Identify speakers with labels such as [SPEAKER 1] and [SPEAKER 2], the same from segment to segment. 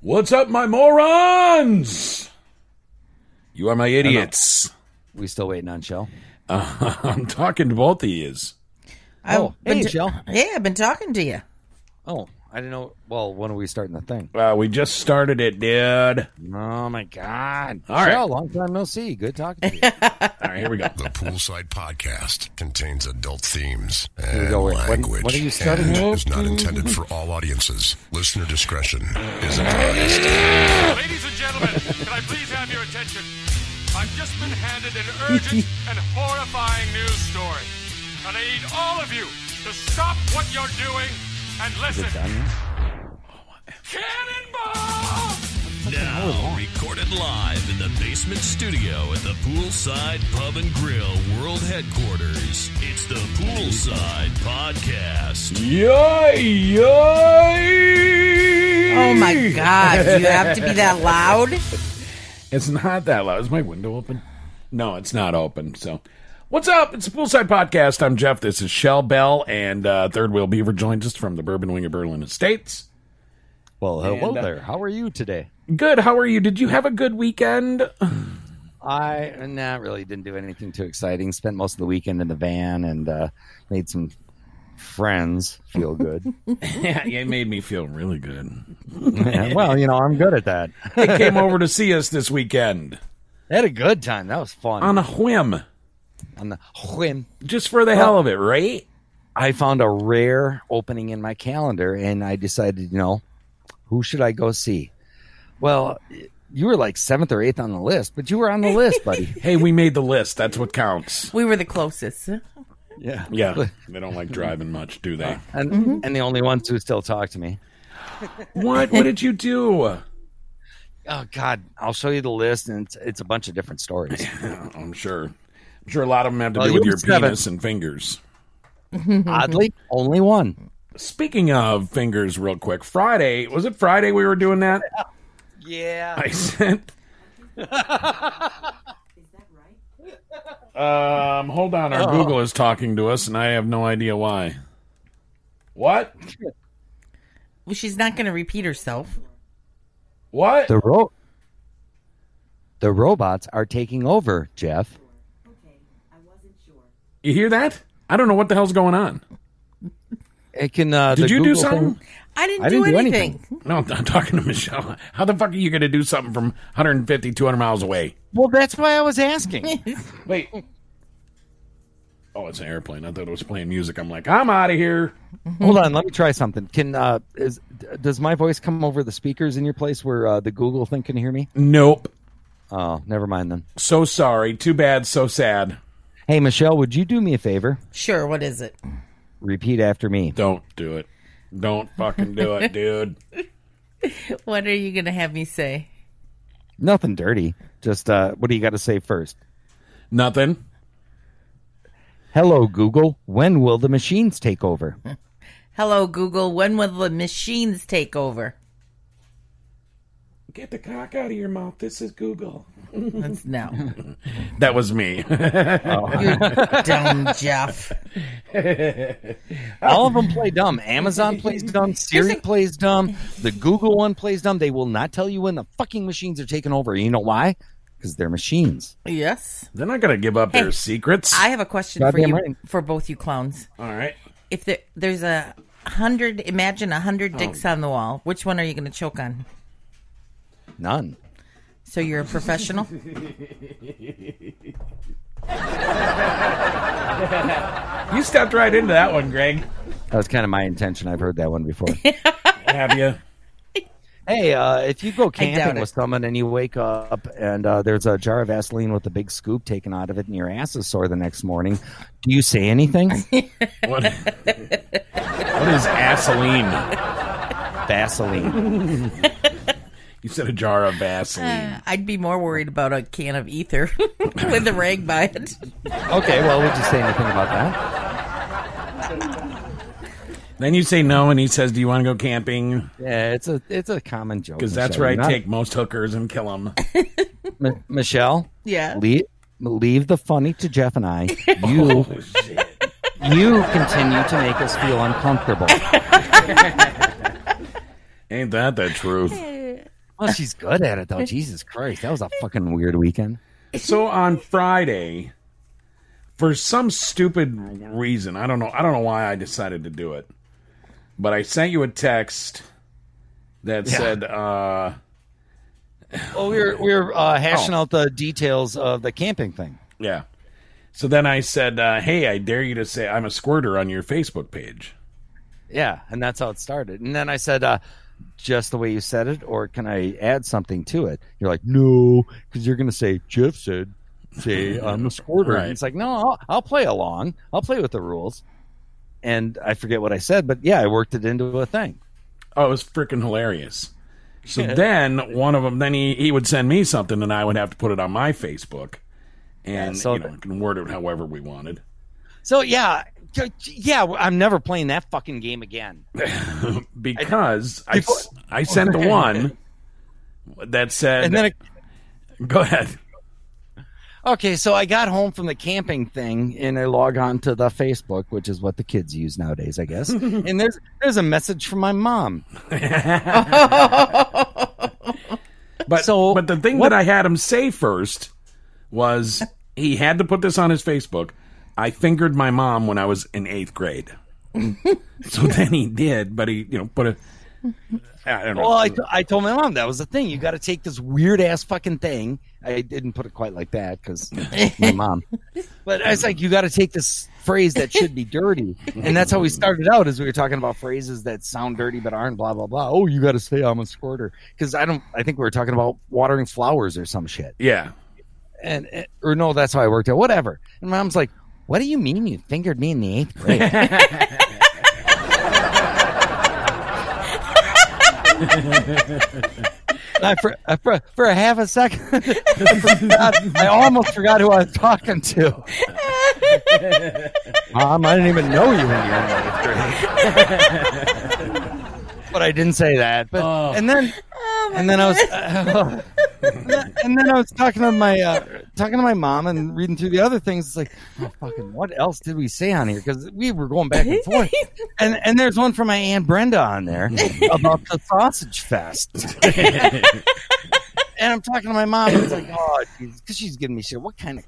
[SPEAKER 1] What's up, my morons? You are my idiots.
[SPEAKER 2] We still waiting on Shell.
[SPEAKER 1] I'm talking to both of yous.
[SPEAKER 2] Oh,
[SPEAKER 3] I've been
[SPEAKER 2] hey,
[SPEAKER 3] ta-
[SPEAKER 2] Shell.
[SPEAKER 3] Yeah, I've been talking to you.
[SPEAKER 2] Oh, I didn't know. Well, when are we starting the thing?
[SPEAKER 1] Uh, we just started it, dude.
[SPEAKER 2] Oh my God!
[SPEAKER 1] All right.
[SPEAKER 2] Shell, long time no see. Good talking to you.
[SPEAKER 1] All right, here we go.
[SPEAKER 4] The Poolside Podcast contains adult themes
[SPEAKER 2] we
[SPEAKER 4] and
[SPEAKER 2] go. Wait, what-
[SPEAKER 4] language
[SPEAKER 2] what are you starting
[SPEAKER 4] and
[SPEAKER 2] with?
[SPEAKER 4] is not intended for all audiences. Listener discretion is advised.
[SPEAKER 5] Ladies and gentlemen, can I please have your attention? I've just been handed an urgent and horrifying news story. And I need all of you to stop what you're doing and listen. Cannonball!
[SPEAKER 6] Now, recorded live in the basement studio at the Poolside Pub and Grill World Headquarters, it's the Poolside Podcast.
[SPEAKER 1] Yay! Yay!
[SPEAKER 3] Oh my God, do you have to be that loud?
[SPEAKER 1] It's not that loud. Is my window open? No, it's not open. So, what's up? It's the Poolside Podcast. I'm Jeff. This is Shell Bell, and uh, Third Wheel Beaver joins us from the Bourbon Wing of Berlin Estates.
[SPEAKER 2] well, hello
[SPEAKER 1] And, uh,
[SPEAKER 2] there. How are you today?
[SPEAKER 1] Good. How are you? Did you have a good weekend?
[SPEAKER 2] I nah, really didn't do anything too exciting. Spent most of the weekend in the van and uh, made some friends feel good.
[SPEAKER 1] yeah, it made me feel really good.
[SPEAKER 2] Yeah, well, you know, I'm good at that.
[SPEAKER 1] They came over to see us this weekend
[SPEAKER 2] I had a good time. That was fun.
[SPEAKER 1] on a whim,
[SPEAKER 2] On the whim,
[SPEAKER 1] just for the hell of it, right?
[SPEAKER 2] I found a rare opening in my calendar, and I decided, you know, who should I go see? Well, you were like seventh or eighth on the list, but you were on the list, buddy.
[SPEAKER 1] Hey, we made the list. That's what counts.
[SPEAKER 3] We were the closest.
[SPEAKER 2] Yeah,
[SPEAKER 1] Yeah, they don't like driving much, do they?
[SPEAKER 2] and and the only ones who still talk to me.
[SPEAKER 1] What? What did you do?
[SPEAKER 2] Oh God, I'll show you the list, and it's, it's a bunch of different stories.
[SPEAKER 1] I'm sure. I'm sure a lot of them have to
[SPEAKER 2] Well,
[SPEAKER 1] do
[SPEAKER 2] you
[SPEAKER 1] with your
[SPEAKER 2] just have a-
[SPEAKER 1] penis and fingers. Mm-hmm.
[SPEAKER 2] Oddly, only one.
[SPEAKER 1] Speaking of fingers, real quick, Friday was it Friday we were doing that?
[SPEAKER 2] Yeah,
[SPEAKER 1] I sent. Um, hold on.
[SPEAKER 2] Oh.
[SPEAKER 1] Our Google is talking to us, and I have no idea why. What?
[SPEAKER 3] Well, she's not going to repeat herself.
[SPEAKER 1] What?
[SPEAKER 2] the ro- the robots are taking over, Jeff.
[SPEAKER 1] You hear that? I don't know what the hell's going on.
[SPEAKER 2] It can. Uh,
[SPEAKER 1] Did
[SPEAKER 2] the
[SPEAKER 1] you do
[SPEAKER 2] Google
[SPEAKER 1] something?
[SPEAKER 2] thing-
[SPEAKER 3] I didn't,
[SPEAKER 2] I
[SPEAKER 3] do,
[SPEAKER 2] didn't do
[SPEAKER 3] anything.
[SPEAKER 1] No, I'm talking to Michelle. How the fuck are you going to do something from 150, 200 miles away?
[SPEAKER 2] Well, that's why I was asking.
[SPEAKER 1] Wait. Oh, it's an airplane. I thought it was playing music. I'm like, I'm out of here.
[SPEAKER 2] Hold on, let me try something. Can uh, is d- does my voice come over the speakers in your place where uh, the Google thing can hear
[SPEAKER 1] Mm.
[SPEAKER 2] me?
[SPEAKER 1] Nope.
[SPEAKER 2] Oh, never mind then.
[SPEAKER 1] So sorry. Too bad. So sad.
[SPEAKER 2] Hey, Michelle, would you do me a favor?
[SPEAKER 3] Sure, what is it?
[SPEAKER 2] Repeat after me.
[SPEAKER 1] Don't do it. Don't fucking do it, dude.
[SPEAKER 3] What are you going to have me say?
[SPEAKER 2] Nothing dirty. Just uh, what do you got to say first?
[SPEAKER 1] Nothing.
[SPEAKER 2] Hello, Google. When will the machines take over?
[SPEAKER 3] Hello, Google. When will the machines take over?
[SPEAKER 1] Get the cock out of your mouth. This is Google.
[SPEAKER 3] That's no.
[SPEAKER 1] That was me.
[SPEAKER 3] Dumb Jeff.
[SPEAKER 2] All of them play dumb. Amazon plays dumb. Siri plays dumb. The Google one plays dumb. They will not tell you when the fucking machines are taking over. You know why? Because they're machines.
[SPEAKER 3] Yes.
[SPEAKER 1] They're not going to give up their secrets.
[SPEAKER 3] I have a question for
[SPEAKER 2] Goddamn
[SPEAKER 3] you,
[SPEAKER 2] right.
[SPEAKER 3] for both you clowns.
[SPEAKER 1] All right.
[SPEAKER 3] If there, there's a hundred, imagine a hundred
[SPEAKER 2] Oh.
[SPEAKER 3] dicks on the wall. Which one are you going to choke on?
[SPEAKER 2] None.
[SPEAKER 3] So you're a professional?
[SPEAKER 1] You stepped right into that one, Greg.
[SPEAKER 2] That was kind of my intention. I've heard that one before.
[SPEAKER 1] Have you?
[SPEAKER 2] Hey, uh, if you go
[SPEAKER 3] doubt
[SPEAKER 2] camping
[SPEAKER 3] it.
[SPEAKER 2] with someone and you wake up and uh, there's a jar of Vaseline with a big scoop taken out of it and your ass is sore the next morning, do you say anything?
[SPEAKER 1] What? what is Asseline?
[SPEAKER 2] Vaseline.
[SPEAKER 1] You said a jar of Vaseline.
[SPEAKER 3] I'd be more worried about a can of ether with a rag by it.
[SPEAKER 2] Okay, well, would you say anything about that?
[SPEAKER 1] then you say no, and he says, "Do you want to go camping?"
[SPEAKER 2] Yeah, it's a it's a common joke.
[SPEAKER 1] Because that's
[SPEAKER 2] Michelle.
[SPEAKER 1] where I
[SPEAKER 2] Not-
[SPEAKER 1] take most hookers and kill them.
[SPEAKER 2] M- Michelle.
[SPEAKER 3] Yeah.
[SPEAKER 2] Leave, leave the funny to Jeff and I. You
[SPEAKER 1] Oh,
[SPEAKER 2] you continue to make us feel uncomfortable.
[SPEAKER 1] Ain't that the truth?
[SPEAKER 2] Well, she's good at it though. Jesus Christ, that was a fucking weird weekend.
[SPEAKER 1] so on Friday, for some stupid reason, I don't know, I don't know why I decided to do it, but I sent you a text that said, uh,
[SPEAKER 2] Well, we were we were uh, hashing out the details of the camping thing.
[SPEAKER 1] yeah. So then I said, uh, hey, I dare you to say I'm a squirter on your Facebook page.
[SPEAKER 2] Yeah, and that's how it started. And then I said, uh, just the way you said it, or can I add something to it? You're like, no, because you're going to say, Jeff said, say I'm a squirter.
[SPEAKER 1] Right.
[SPEAKER 2] And it's like, no, I'll, I'll play along. I'll play with the rules. And I forget what I said, but yeah, I worked it into a thing.
[SPEAKER 1] Oh, it was freaking hilarious. So then one of them, then he, he would send me something and I would have to put it on my Facebook and,
[SPEAKER 2] Yeah, so-
[SPEAKER 1] you know, can word it however we wanted.
[SPEAKER 2] So yeah, j- j- yeah, I'm never playing that fucking game again.
[SPEAKER 1] because I, s- I sent the one that said.
[SPEAKER 2] And then it,
[SPEAKER 1] go ahead.
[SPEAKER 2] Okay, so I got home from the camping thing and I log on to the Facebook, which is what the kids use nowadays, I guess. and there's there's a message from my mom.
[SPEAKER 1] But
[SPEAKER 2] So,
[SPEAKER 1] but the thing
[SPEAKER 2] what-
[SPEAKER 1] that I had him say first was he had to put this on his Facebook. I fingered my mom when I was in eighth grade. so then he did, but he you know put a. I don't know.
[SPEAKER 2] Well, I, t- I told my mom that was the thing. You got to take this weird ass fucking thing. I didn't put it quite like that because my mom. But I was like, you got to take this phrase that should be dirty, and that's how we started out. Is we were talking about phrases that sound dirty but aren't. Blah blah blah. Oh, you got to say I'm a squirter because I don't. I think we were talking about watering flowers or some shit.
[SPEAKER 1] yeah.
[SPEAKER 2] and and- or no, that's how I worked out. Whatever. And mom's like, "What do you mean you fingered me in the eighth grade?" And I for, I for for a half a second, I, forgot- I almost forgot who I was talking to. Mom, I didn't even know you when you were in the eighth grade. but I didn't say that. But and then and then I was and then I was talking to my uh, talking to my mom and reading through the other things. It's like, oh, fucking, what else did we say on here? Because we were going back and forth. And and there's one from my aunt Brenda on there about the sausage fest. and I'm talking to my mom. And it's like, oh, because she's giving me shit. What kind of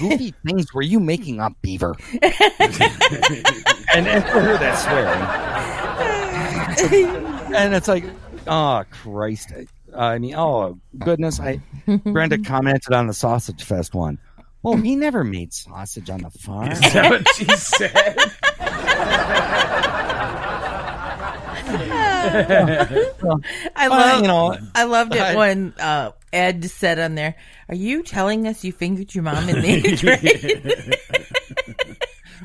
[SPEAKER 2] goofy things were you making up, Beaver? and and for her, that's swearing and it's like, oh Christ! I mean, oh goodness! I Brenda commented on the sausage fest one. Well, we never made sausage on the farm.
[SPEAKER 1] Is that what she said?
[SPEAKER 3] I
[SPEAKER 2] Well,
[SPEAKER 3] love
[SPEAKER 2] you know,
[SPEAKER 3] I loved it
[SPEAKER 2] I-
[SPEAKER 3] when uh, Ed said on there, "Are you telling us you fingered your mom in the eighth grade?"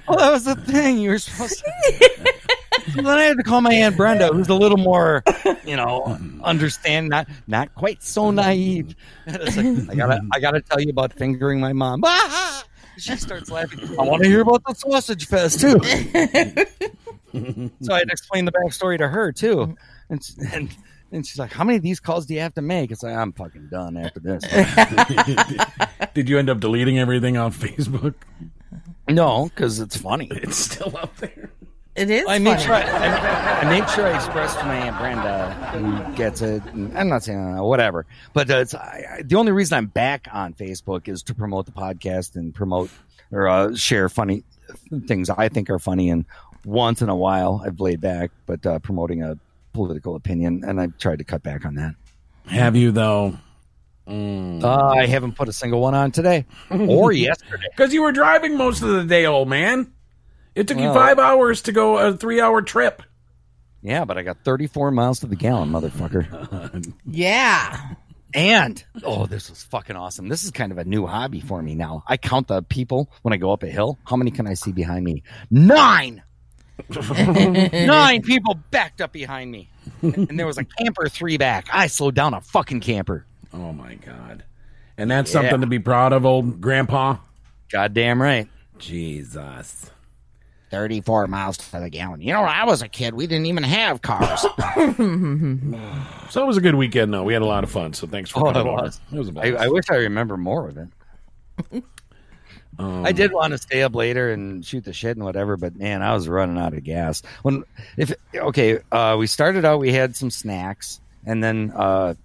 [SPEAKER 2] well, Oh, that was the thing you were supposed to. So then I had to call my aunt Brenda, who's a little more, you know, understand not not quite so naive. And it's like, I gotta I gotta tell you about fingering my mom. She starts laughing. I want to hear about the sausage fest too. so I had to explain the backstory to her too, and s- and and she's like, "How many of these calls do you have to make?" It's like I'm fucking done after this.
[SPEAKER 1] Did you end up deleting everything off Facebook?
[SPEAKER 2] no, because it's funny.
[SPEAKER 1] It's still up there.
[SPEAKER 3] it is.
[SPEAKER 2] I made
[SPEAKER 3] funny.
[SPEAKER 2] sure I, I, I made sure I expressed to my aunt Brenda who gets it. and I'm not saying uh, whatever, but uh, it's, I, I, the only reason I'm back on Facebook is to promote the podcast and promote or uh, share funny things I think are funny. And once in a while, I've laid back, but uh, promoting a political opinion, and I've tried to cut back on that.
[SPEAKER 1] Have you though?
[SPEAKER 2] Uh, I haven't put a single one on today or yesterday.
[SPEAKER 1] Because you were driving most of the day, old man. It took you
[SPEAKER 2] Well-
[SPEAKER 1] five hours to go a three-hour trip.
[SPEAKER 2] Yeah, but I got 34 miles to the gallon, motherfucker.
[SPEAKER 3] Yeah.
[SPEAKER 2] And oh, this was fucking awesome. This is kind of a new hobby for me now. I count the people when I go up a hill. How many can I see behind me? Nine. Nine people backed up behind me, and there was a camper three back. I slowed down a fucking camper.
[SPEAKER 1] Oh my god. And that's
[SPEAKER 2] Yeah.
[SPEAKER 1] something to be proud of, old grandpa.
[SPEAKER 2] Goddamn right.
[SPEAKER 1] Jesus.
[SPEAKER 2] 34 miles to the gallon. You know, when I was a kid, we didn't even have cars.
[SPEAKER 1] So it was a good weekend though. We had a lot of fun. So thanks for
[SPEAKER 2] Oh,
[SPEAKER 1] coming
[SPEAKER 2] it
[SPEAKER 1] over.
[SPEAKER 2] was.
[SPEAKER 1] It was a blast.
[SPEAKER 2] I, I wish I remember more of it.
[SPEAKER 1] Um,
[SPEAKER 2] I did want to stay up later and shoot the shit and whatever, but man, I was running out of gas. When if okay, uh, we started out, we had some snacks, and then uh,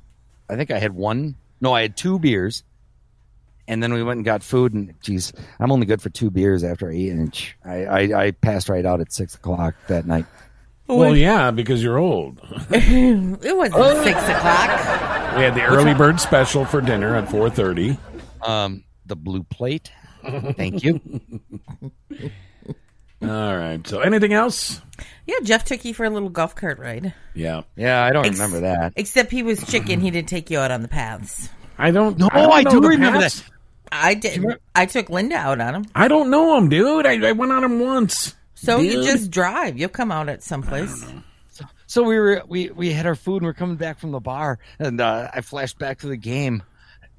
[SPEAKER 2] I think I had one. No, I had two beers, and then we went and got food. And geez, I'm only good for two beers after I eat, and ch- I, I, I passed right out at six o'clock that night.
[SPEAKER 1] well, yeah, because you're old.
[SPEAKER 3] It wasn't
[SPEAKER 2] Oh.
[SPEAKER 3] six o'clock.
[SPEAKER 1] We had the early bird special for dinner at 4:30.
[SPEAKER 2] Um, the blue plate. Thank you.
[SPEAKER 1] All right. So anything else?
[SPEAKER 3] Yeah, Jeff took you for a little golf cart ride.
[SPEAKER 1] Yeah.
[SPEAKER 2] Yeah, I don't remember that.
[SPEAKER 3] Except he was chicken. He didn't take you out on the paths.
[SPEAKER 1] I don't
[SPEAKER 2] No,
[SPEAKER 1] don't
[SPEAKER 2] I
[SPEAKER 1] know
[SPEAKER 2] do
[SPEAKER 1] the
[SPEAKER 2] remember
[SPEAKER 1] paths.
[SPEAKER 2] that.
[SPEAKER 3] I did. I took Linda out on him.
[SPEAKER 1] I don't know him, dude. I, I went on him once.
[SPEAKER 3] So you
[SPEAKER 1] Dude.
[SPEAKER 3] just drive. You'll come out at someplace.
[SPEAKER 2] So we were we we had our food and we're coming back from the bar and uh, I flashed back to the game.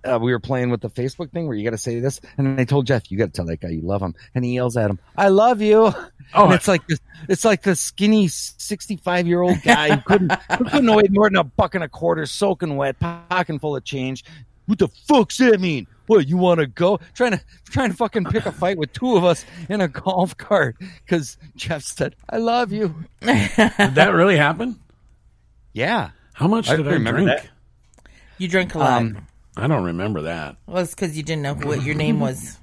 [SPEAKER 2] Uh, we were playing with the Facebook thing where you got to say this, and I told Jeff, "You got to tell that guy you love him," and he yells at him, "I love you." Oh, it's like this, it's like the skinny sixty-five-year-old guy who couldn't who couldn't weigh more than a buck and a quarter, soaking wet, pocket full of change. What the fuck's that mean? What you want to go trying to trying to fucking pick a fight with two of us in a golf cart because Jeff said, "I love you."
[SPEAKER 1] Did that really happen?
[SPEAKER 2] Yeah.
[SPEAKER 1] How much
[SPEAKER 2] I
[SPEAKER 1] did I
[SPEAKER 2] remember
[SPEAKER 1] drink?
[SPEAKER 2] that.
[SPEAKER 3] You drink a lot.
[SPEAKER 2] Um,
[SPEAKER 1] I don't remember that.
[SPEAKER 3] well, it's because you didn't know what your name was.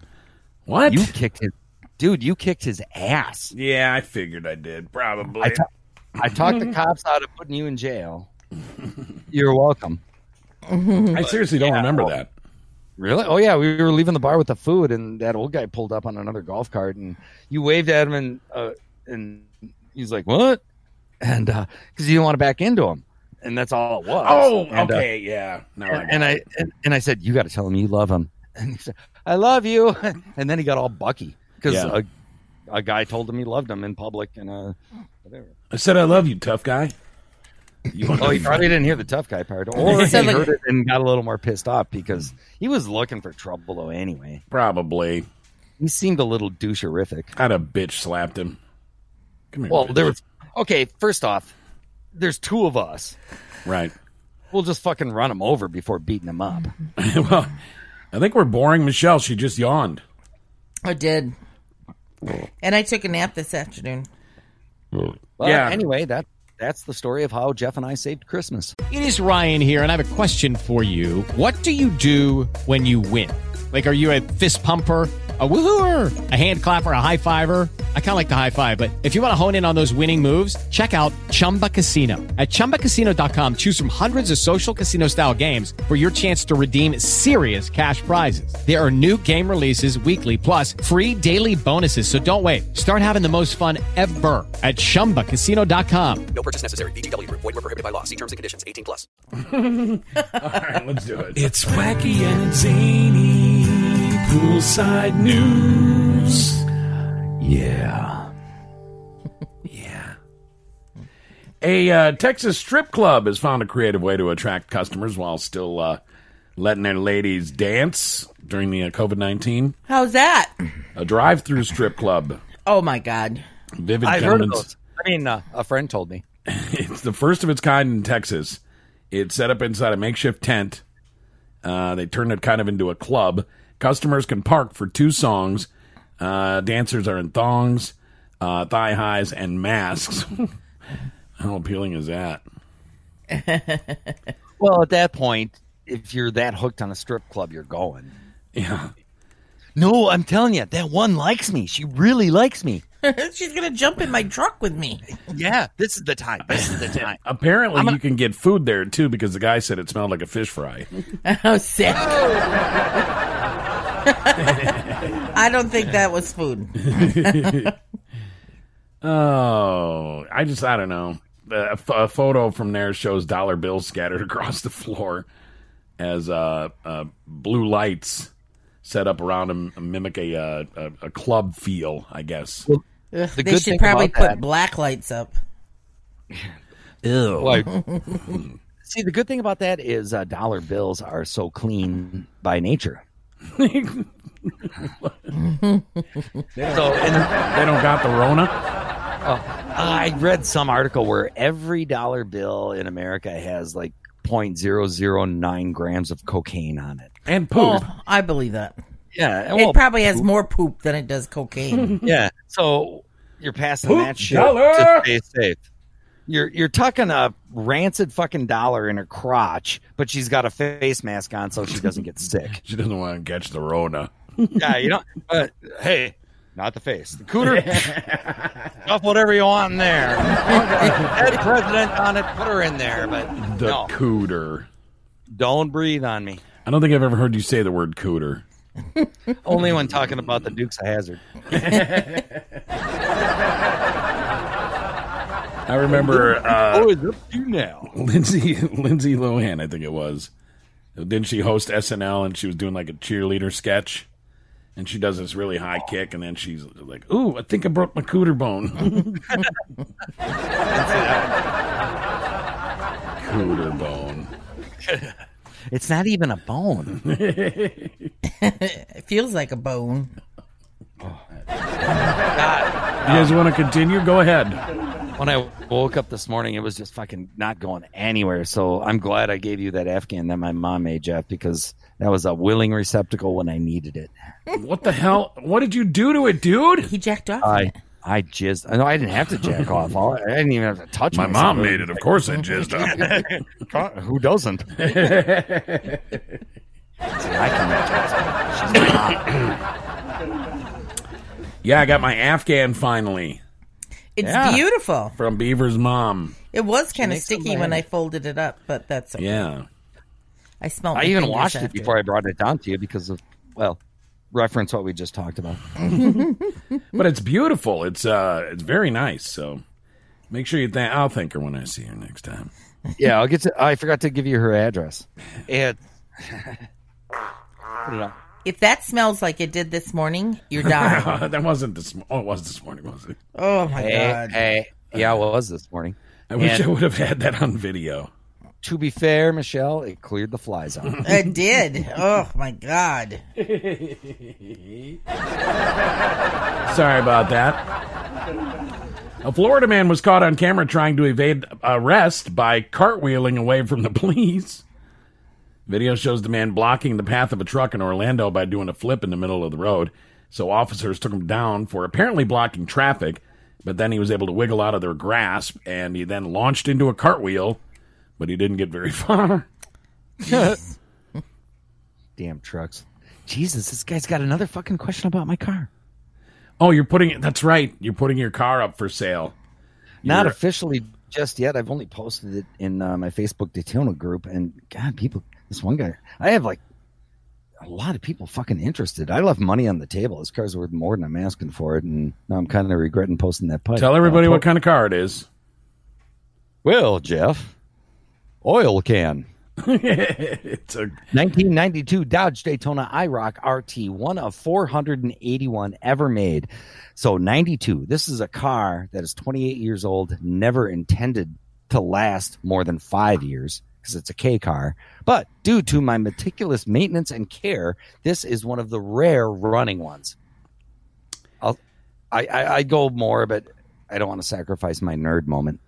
[SPEAKER 1] What?
[SPEAKER 2] You kicked his dude. You kicked his ass.
[SPEAKER 1] yeah, I figured I did. Probably.
[SPEAKER 2] I, ta- I talked
[SPEAKER 1] Mm.
[SPEAKER 2] the cops out of putting you in jail. You're welcome.
[SPEAKER 1] I seriously don't remember that.
[SPEAKER 2] Really? Oh yeah, we were leaving the bar with the food, and that old guy pulled up on another golf cart, and you waved at him, and uh, and he's like, "What?" And because you didn't want to back into him, and that's all it was.
[SPEAKER 1] Oh,
[SPEAKER 2] And, uh,
[SPEAKER 1] okay, yeah. No, I
[SPEAKER 2] and I and, and I said, "You got to tell him you love him." And he said, "I love you." And then he got all bucky because
[SPEAKER 1] Yeah.
[SPEAKER 2] a, a guy told him he loved him in public, and uh, whatever.
[SPEAKER 1] I said I love you, tough guy. You want
[SPEAKER 2] Oh,
[SPEAKER 1] to
[SPEAKER 2] he probably didn't hear the tough guy part, or he
[SPEAKER 3] So, like-
[SPEAKER 2] heard it and got a little more pissed off because he was looking for trouble though. Anyway,
[SPEAKER 1] probably.
[SPEAKER 2] he seemed a little doucherific.
[SPEAKER 1] I'd have bitch slapped him. Come here.
[SPEAKER 2] Well,
[SPEAKER 1] bitch.
[SPEAKER 2] there was okay. First off, there's two of us.
[SPEAKER 1] right.
[SPEAKER 2] We'll just fucking run him over before beating him up.
[SPEAKER 1] well, I think we're boring Michelle. She just yawned.
[SPEAKER 3] I did. And I took a nap this afternoon.
[SPEAKER 2] But
[SPEAKER 1] Yeah.
[SPEAKER 2] Anyway, that that's the story of how Jeff and I saved Christmas.
[SPEAKER 7] It is Ryan here, and I have a question for you. What do you do when you win? Like, are you a fist pumper? A woohooer, a hand clapper, a high fiver. I kind of like the high five, but if you want to hone in on those winning moves, check out Chumba Casino. At chumbacasino.com, choose from hundreds of social casino style games for your chance to redeem serious cash prizes. There are new game releases weekly, plus free daily bonuses. So don't wait. Start having the most fun ever at chumbacasino.com.
[SPEAKER 1] All right, let's do it.
[SPEAKER 6] It's wacky and zany. Poolside news.
[SPEAKER 2] Yeah.
[SPEAKER 1] A uh, Texas strip club has found a creative way to attract customers while still uh, letting their ladies dance during the uh, COVID 19.
[SPEAKER 3] How's that?
[SPEAKER 1] A drive through strip club.
[SPEAKER 3] Oh my God.
[SPEAKER 1] Vivid
[SPEAKER 2] I've heard of
[SPEAKER 1] Gentlemen's-
[SPEAKER 2] those. I mean, uh, a friend told me.
[SPEAKER 1] It's the first of its kind in Texas. It's set up inside a makeshift tent. Uh, they turned it kind of into a club. Customers can park for two songs. Uh, dancers are in thongs, uh, thigh highs, and masks. How appealing is that?
[SPEAKER 2] Well, at that point, if you're that hooked on a strip club, you're going.
[SPEAKER 1] Yeah.
[SPEAKER 2] No, I'm telling you, that one likes me. She really likes me.
[SPEAKER 3] She's going to jump in my truck with me.
[SPEAKER 2] Yeah, this is the time. This is the time.
[SPEAKER 1] Apparently, you can get food there too because the guy said it smelled like a fish fry.
[SPEAKER 3] How sick. I don't think that was food.
[SPEAKER 1] Oh, I just I don't know. A ph- a photo from there shows dollar bills scattered across the floor as uh, uh, blue uh, lights set up around them mimic a, uh, a a club feel, I guess.
[SPEAKER 2] Well,
[SPEAKER 3] Ugh,
[SPEAKER 2] The
[SPEAKER 3] they
[SPEAKER 2] good
[SPEAKER 3] should
[SPEAKER 2] thing
[SPEAKER 3] probably
[SPEAKER 2] about
[SPEAKER 3] put
[SPEAKER 2] that-
[SPEAKER 3] black lights up. Ew.
[SPEAKER 2] Like, see, the good thing about that is uh, dollar bills are so clean by nature. so, and
[SPEAKER 1] They don't got the Rona.
[SPEAKER 2] I read some article where every dollar bill in America has like 0.009 grams of cocaine on it.
[SPEAKER 1] And poop.
[SPEAKER 3] Oh, I believe that.
[SPEAKER 2] Yeah,
[SPEAKER 3] it probably has more poop than it does cocaine.
[SPEAKER 2] Yeah. So you're passing
[SPEAKER 1] Poop
[SPEAKER 2] that shit
[SPEAKER 1] dollar.
[SPEAKER 2] to stay safe. You're you're tucking a rancid fucking dollar in her crotch, but she's got a face mask on so she doesn't get sick.
[SPEAKER 1] She doesn't want to catch the Rona.
[SPEAKER 2] yeah, you know. But hey, not the face, the cooter. Stuff whatever you want in there. Head president on it. Put her in there, but
[SPEAKER 1] The
[SPEAKER 2] no,
[SPEAKER 1] cooter.
[SPEAKER 2] don't breathe on me.
[SPEAKER 1] I don't think I've ever heard you say the word cooter.
[SPEAKER 2] Only when talking about the Dukes of Hazard.
[SPEAKER 1] I remember uh,
[SPEAKER 2] Oh, is up to you now?
[SPEAKER 1] Lindsay Lindsay Lohan, I think it was. Didn't she host SNL and she was doing like a cheerleader sketch? And she does this really high kick, and then she's like, "Ooh, I think I broke my cooter bone." cooter bone.
[SPEAKER 2] It's not even a bone.
[SPEAKER 3] it feels like a bone.
[SPEAKER 1] You guys want to continue? Go ahead.
[SPEAKER 2] When I woke up this morning, it was just fucking not going anywhere. So I'm glad I gave you that Afghan that my mom made, Jeff, because that was a willing receptacle when I needed it.
[SPEAKER 1] What the hell? What did you do to it, dude?
[SPEAKER 3] He jacked off. in
[SPEAKER 2] I
[SPEAKER 3] it.
[SPEAKER 2] I jizzed. No, I didn't have to jack off. All- I didn't even have to touch
[SPEAKER 1] My
[SPEAKER 2] myself.
[SPEAKER 1] mom made it. Of course, I jizzed on. it.
[SPEAKER 2] Who doesn't? See, I can make jizz. She's my mom.
[SPEAKER 1] Yeah, I got my Afghan finally
[SPEAKER 3] It's
[SPEAKER 2] Yeah.
[SPEAKER 3] beautiful.
[SPEAKER 1] from Beaver's mom.
[SPEAKER 3] It was kind of
[SPEAKER 2] makes them
[SPEAKER 3] sticky when I
[SPEAKER 2] laugh.
[SPEAKER 3] folded it up, but that's okay.
[SPEAKER 1] Yeah.
[SPEAKER 3] I smelled.
[SPEAKER 2] I
[SPEAKER 3] my
[SPEAKER 2] even
[SPEAKER 3] fingers
[SPEAKER 2] watched
[SPEAKER 3] after.
[SPEAKER 2] it before I brought it down to you because of well, reference what we just talked about.
[SPEAKER 1] but it's beautiful. It's uh, it's very nice. So make sure you think. I'll thank her when I see her next time.
[SPEAKER 2] yeah, I'll get to. I forgot to give you her address. And Put it on.
[SPEAKER 3] If that smells like it did this morning, you're dying.
[SPEAKER 1] that wasn't this. mo- Oh, it was this morning, was it?
[SPEAKER 3] oh my
[SPEAKER 2] Hey,
[SPEAKER 3] god!
[SPEAKER 2] hey, yeah, well, it was this morning.
[SPEAKER 1] I wish
[SPEAKER 2] And-
[SPEAKER 1] I would have had that on video.
[SPEAKER 2] To be fair, Michelle, it cleared the flies out.
[SPEAKER 3] It did. Oh my god!
[SPEAKER 1] Sorry about that. A Florida man was caught on camera trying to evade arrest by cartwheeling away from the police. Video shows the man blocking the path of a truck in Orlando by doing a flip in the middle of the road. So officers took him down for apparently blocking traffic, but then he was able to wiggle out of their grasp and he then launched into a cartwheel, but he didn't get very far.
[SPEAKER 2] Damn trucks! Jesus, this guy's got another fucking question about my car.
[SPEAKER 1] Oh, you're putting it. That's right. You're putting your car up for sale.
[SPEAKER 2] Not
[SPEAKER 1] You're-
[SPEAKER 2] officially just yet. I've only posted it in uh, my Facebook Daytona group, and God, people, this one guy, I have like a lot of people fucking interested. I left money on the table. This car's worth more than I'm asking for it, and now I'm kind of regretting posting that pipe.
[SPEAKER 1] Tell everybody
[SPEAKER 2] Uh,
[SPEAKER 1] what kind of car it is.
[SPEAKER 2] Well, Jeff, oil can.
[SPEAKER 1] it's a
[SPEAKER 2] 1992 Dodge Daytona IROC RT, one of 481 ever made. So 92. This is a car that is 28 years old, never intended to last more than five years because it's a K car. But due to my meticulous maintenance and care, this is one of the rare running ones. I'll, I, I I go more, but I don't want to sacrifice my nerd moment.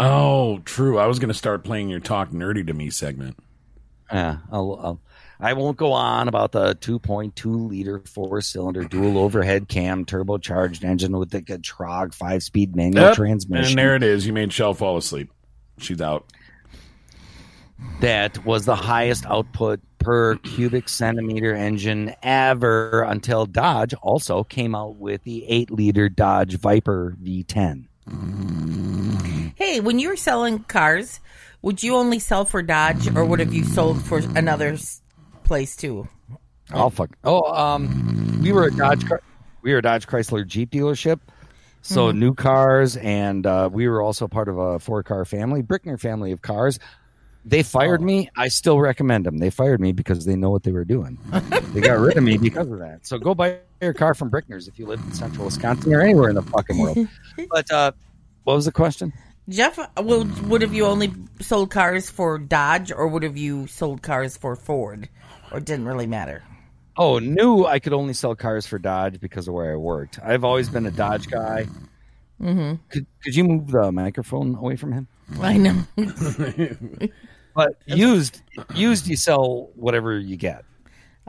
[SPEAKER 1] Oh, true. I was going to start playing your talk nerdy to me segment.
[SPEAKER 2] Yeah, I'll, I'll, I won't go on about the 2.2 liter four cylinder dual overhead cam turbocharged engine with the Trog five speed manual
[SPEAKER 1] Yep,
[SPEAKER 2] transmission.
[SPEAKER 1] And there it is. You made Shell fall asleep. She's out.
[SPEAKER 2] that was the highest output per cubic centimeter engine ever until Dodge also came out with the 8 liter Dodge Viper V10.
[SPEAKER 3] Hey, when you were selling cars, would you only sell for Dodge, or would have you sold for another s- place too?
[SPEAKER 2] Oh fuck! Oh, um, we were a Dodge, Chry- we were a Dodge Chrysler Jeep dealership. So new cars, and uh, we were also part of a four-car family, Brickner family of cars. They fired me. I still recommend them. They fired me because they know what they were doing. they got rid of me because of that. So go buy your car from Brickner's if you live in central Wisconsin or anywhere in the fucking world. but uh, what was the question?
[SPEAKER 3] Jeff, well, would have you only sold cars for Dodge, or would have you sold cars for Ford, or it didn't really matter?
[SPEAKER 2] Oh, knew I could only sell cars for Dodge because of where I worked. I've always been a Dodge guy. Could, could you move the microphone away from him?
[SPEAKER 3] I know.
[SPEAKER 2] But used, used, you sell whatever you get.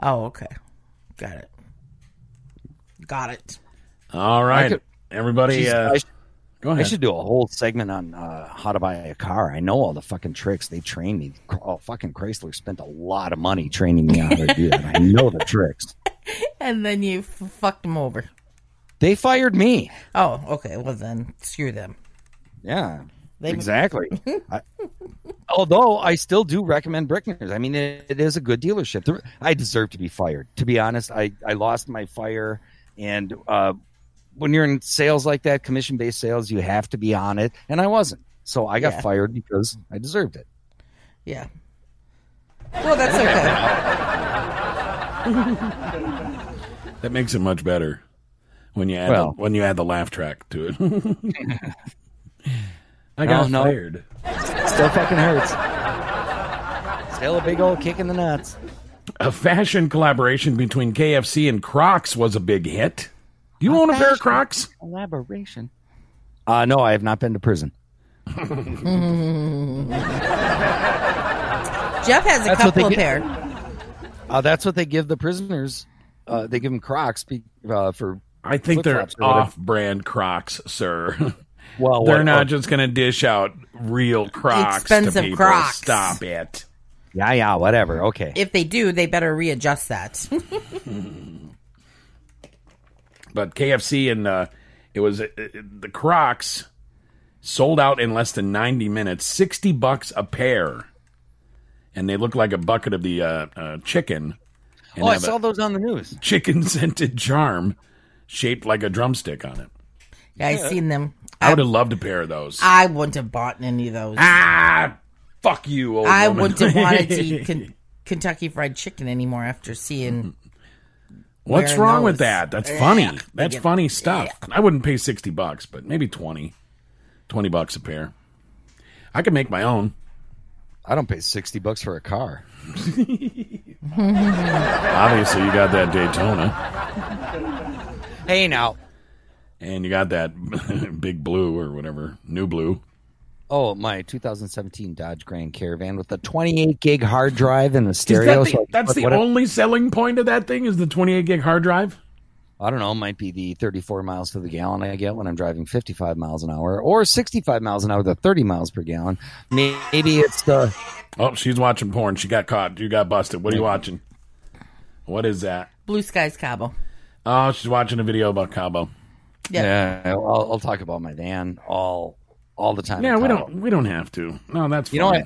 [SPEAKER 3] Oh, okay. Got it. Got it.
[SPEAKER 1] All right,
[SPEAKER 2] could-
[SPEAKER 1] everybody.
[SPEAKER 2] Jeez,
[SPEAKER 1] Uh,
[SPEAKER 2] I, sh-
[SPEAKER 1] go
[SPEAKER 2] I
[SPEAKER 1] ahead.
[SPEAKER 2] should do a whole segment on uh, how to buy a car. I know all the fucking tricks. They trained me. Oh, fucking Chrysler spent a lot of money training me on how to do that. I know the tricks.
[SPEAKER 3] And then you f- fucked them over.
[SPEAKER 2] They fired me.
[SPEAKER 3] Oh, okay. Well, then screw them.
[SPEAKER 2] Yeah.
[SPEAKER 3] They-
[SPEAKER 2] exactly. I, although I still do recommend Brickner's. I mean, it, it is a good dealership. There- I deserve to be fired. To be honest, I, I lost my fire. And uh, when you're in sales like that, commission based sales, you have to be on it. And I wasn't. So I got
[SPEAKER 3] Yeah.
[SPEAKER 2] fired because I deserved it.
[SPEAKER 3] Yeah. Well, that's okay.
[SPEAKER 1] That makes it much better when you add
[SPEAKER 2] Well-
[SPEAKER 1] the, when you add the laugh track to it. I got
[SPEAKER 2] Oh, no.
[SPEAKER 1] fired.
[SPEAKER 2] Still fucking hurts. Still a big old kick in the nuts.
[SPEAKER 1] A fashion collaboration between KFC and Crocs was a big hit. Do you own a pair of Crocs?
[SPEAKER 2] Collaboration. Uh, no, I have not been to prison.
[SPEAKER 3] Jeff has a
[SPEAKER 2] That's what they
[SPEAKER 3] couple of
[SPEAKER 2] get.
[SPEAKER 3] pair.
[SPEAKER 2] Uh, that's what they give the prisoners. Uh, they give them Crocs be, uh, for.
[SPEAKER 1] I think they're
[SPEAKER 2] Flip-flops or whatever.
[SPEAKER 1] off-brand Crocs, sir.
[SPEAKER 2] Well,
[SPEAKER 1] they're
[SPEAKER 2] what-
[SPEAKER 1] not
[SPEAKER 2] oh,
[SPEAKER 1] just going to dish out real Crocs to
[SPEAKER 3] Expensive
[SPEAKER 1] people.
[SPEAKER 3] Crocs.
[SPEAKER 1] Stop it.
[SPEAKER 2] yeah, yeah, whatever. Okay.
[SPEAKER 3] If they do, they better readjust that.
[SPEAKER 1] But KFC and uh, it was uh, uh, the Crocs sold out in less than 90 minutes, 60 bucks a pair. And they look like a bucket of the uh, uh, chicken. And
[SPEAKER 2] oh, I
[SPEAKER 1] have a
[SPEAKER 2] saw those on the news.
[SPEAKER 1] chicken scented charm shaped like a drumstick on it.
[SPEAKER 3] Yeah, I seen them.
[SPEAKER 1] I
[SPEAKER 3] I,
[SPEAKER 1] would have loved a pair of those.
[SPEAKER 3] I wouldn't have bought any of those.
[SPEAKER 1] ah, fuck you, old
[SPEAKER 3] I
[SPEAKER 1] woman.
[SPEAKER 3] wouldn't have wanted to eat Ken- Kentucky Fried Chicken anymore after seeing.
[SPEAKER 1] What's
[SPEAKER 3] wearing
[SPEAKER 1] wrong with
[SPEAKER 3] those.
[SPEAKER 1] that? That's funny.
[SPEAKER 3] Yeah.
[SPEAKER 1] That's
[SPEAKER 3] Yeah.
[SPEAKER 1] funny stuff. I wouldn't pay 60 bucks, but maybe 20. 20 bucks a pair. I could make my own.
[SPEAKER 2] I don't pay sixty bucks for a car.
[SPEAKER 1] Obviously, you got that Daytona
[SPEAKER 2] Hey, now.
[SPEAKER 1] and you got that big blue or whatever, new blue.
[SPEAKER 2] Oh, my 2017 Dodge Grand Caravan with a 28 gig hard drive and a stereo.
[SPEAKER 1] Is that the-
[SPEAKER 2] so I can
[SPEAKER 1] that's
[SPEAKER 2] put
[SPEAKER 1] the
[SPEAKER 2] whatever-
[SPEAKER 1] only selling point of that thing is the 28 gig hard drive.
[SPEAKER 2] I don't know, might be the 34 miles to the gallon I get when I'm driving 55 miles an hour or 65 miles an hour to 30 miles per gallon. May- Maybe it's the.
[SPEAKER 1] Oh, she's watching porn. She got caught. You got busted. What are you watching? What is that?
[SPEAKER 3] Blue Skies Cabo.
[SPEAKER 1] Oh, she's watching a video about Cabo.
[SPEAKER 2] Yeah, I'll, I'll talk about my van all all the time.
[SPEAKER 1] Yeah, we
[SPEAKER 2] Kyle.
[SPEAKER 1] don't. We don't have to. No, that's
[SPEAKER 2] You know, I,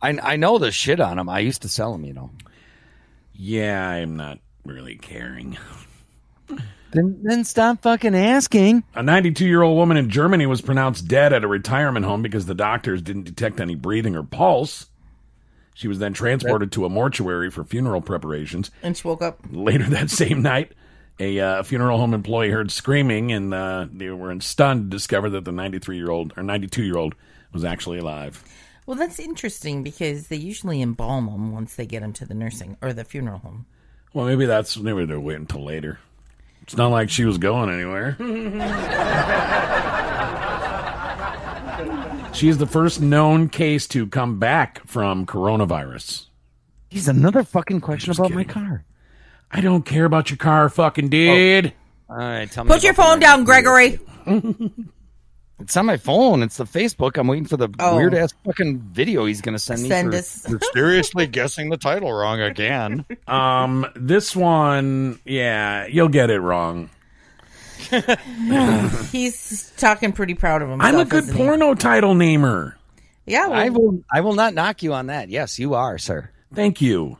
[SPEAKER 1] fine.
[SPEAKER 2] I I know the shit on them. I used to sell them. You know.
[SPEAKER 1] Yeah, I'm not really caring.
[SPEAKER 2] Then then stop fucking asking.
[SPEAKER 1] A 92 year old woman in Germany was pronounced dead at a retirement home because the doctors didn't detect any breathing or pulse. She was then transported to a mortuary for funeral preparations.
[SPEAKER 3] And she woke up.
[SPEAKER 1] Later that same night, a uh, funeral home employee heard screaming and uh, they were stunned to discover that the 93 year old or 92 year old was actually alive.
[SPEAKER 3] Well, that's interesting because they usually embalm them once they get them to the nursing or the funeral home.
[SPEAKER 1] Well, maybe that's maybe they're waiting till later. It's not like she was going anywhere. she is the first known case to come back from coronavirus.
[SPEAKER 2] He's another fucking question
[SPEAKER 1] Just
[SPEAKER 2] about my
[SPEAKER 1] kidding.
[SPEAKER 2] car.
[SPEAKER 1] I don't care about your car, fucking dude.
[SPEAKER 2] All right, tell me.
[SPEAKER 3] Put your
[SPEAKER 2] about
[SPEAKER 3] phone
[SPEAKER 2] the-
[SPEAKER 3] down, Gregory.
[SPEAKER 2] It's on my phone. It's the Facebook. I'm waiting for the
[SPEAKER 3] Oh.
[SPEAKER 2] weird ass fucking video he's gonna send me.
[SPEAKER 3] Send
[SPEAKER 2] for,
[SPEAKER 3] us-
[SPEAKER 2] for seriously guessing the title wrong again.
[SPEAKER 1] Um, this one, yeah, you'll get it wrong.
[SPEAKER 3] He's talking pretty proud of himself.
[SPEAKER 1] I'm a good
[SPEAKER 3] isn't he?
[SPEAKER 1] porno title namer.
[SPEAKER 3] Yeah, well,
[SPEAKER 2] I will. I will not knock you on that. Yes, you are, sir.
[SPEAKER 1] Thank you.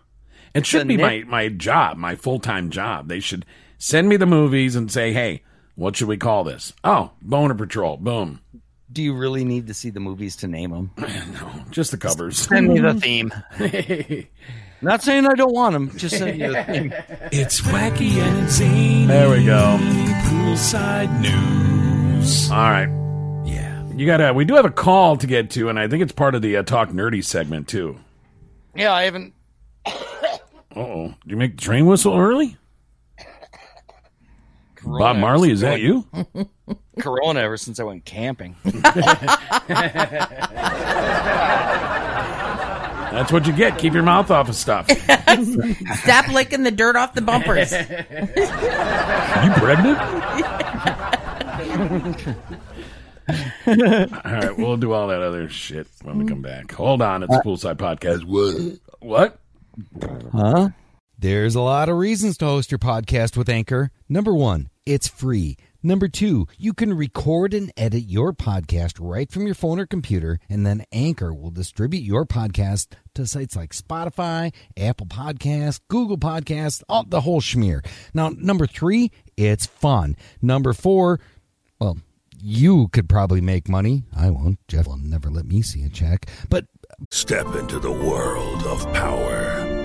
[SPEAKER 1] It should
[SPEAKER 2] a
[SPEAKER 1] be my,
[SPEAKER 2] nick-
[SPEAKER 1] my job, my full time job. They should send me the movies and say, hey, what should we call this? Oh, Boner Patrol. Boom.
[SPEAKER 2] do you really need to see the movies to name them?
[SPEAKER 1] Just the covers.
[SPEAKER 2] Send me the theme. Not saying I don't want them. Just send me the theme.
[SPEAKER 6] It's wacky and zany.
[SPEAKER 1] There we go.
[SPEAKER 6] Poolside news.
[SPEAKER 1] All right.
[SPEAKER 6] Yeah.
[SPEAKER 1] You got to, we do have a call to get to, and I think it's part of the uh, Talk Nerdy segment, too.
[SPEAKER 2] Yeah, I haven't.
[SPEAKER 1] Uh oh. Did you make the train whistle early? Bob Marley, is that you?
[SPEAKER 2] Corona ever since I went camping.
[SPEAKER 1] That's what you get. Keep your mouth off of stuff. You
[SPEAKER 3] Stop licking the dirt off the bumpers.
[SPEAKER 1] pregnant? all right, we'll do all that other shit when we come back. Hold on, it's Poolside Podcast. What? What?
[SPEAKER 2] Huh?
[SPEAKER 8] There's a lot of reasons to host your podcast with Anchor. Number one, it's free. Number two, you can record and edit your podcast right from your phone or computer, and then Anchor will distribute your podcast to sites like Spotify, Apple Podcasts, Google Podcasts, all, the whole schmear. Now, number three, it's fun. Number four, well, you could probably make money. I won't. Jeff will never let me see a check. But
[SPEAKER 4] Step into the world of power,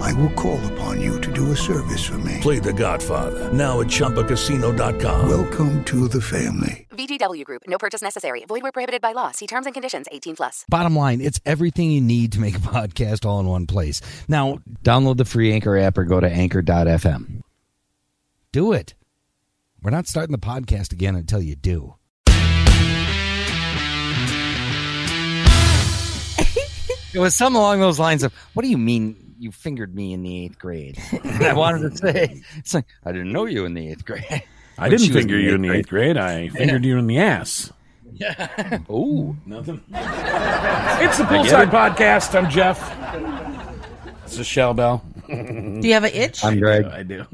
[SPEAKER 4] I will call upon you to do a service for me. Play The Godfather now at ChumbaCasino.com. Welcome to the family.
[SPEAKER 9] VGW Group. No purchase necessary. Void where prohibited by law. See terms and conditions. 18 plus.
[SPEAKER 8] bottom line, it's everything you need to make a podcast all in one place. Now,
[SPEAKER 2] Download the free Anchor app or go to anchor.fm.
[SPEAKER 8] do it. We're not starting the podcast again until you do.
[SPEAKER 2] It was something along those lines of, "What do you mean you fingered me in the eighth grade?" And I wanted to say, "It's like I didn't know you in the eighth grade."
[SPEAKER 1] I didn't
[SPEAKER 2] she was
[SPEAKER 1] finger you in the eighth grade. I fingered you in the ass.
[SPEAKER 2] Ooh,
[SPEAKER 1] Nothing. it's the Poolside Podcast. I'm Jeff. This is Shell Bell.
[SPEAKER 3] Do you have an itch? I'm,
[SPEAKER 2] I'm Greg.
[SPEAKER 1] I do.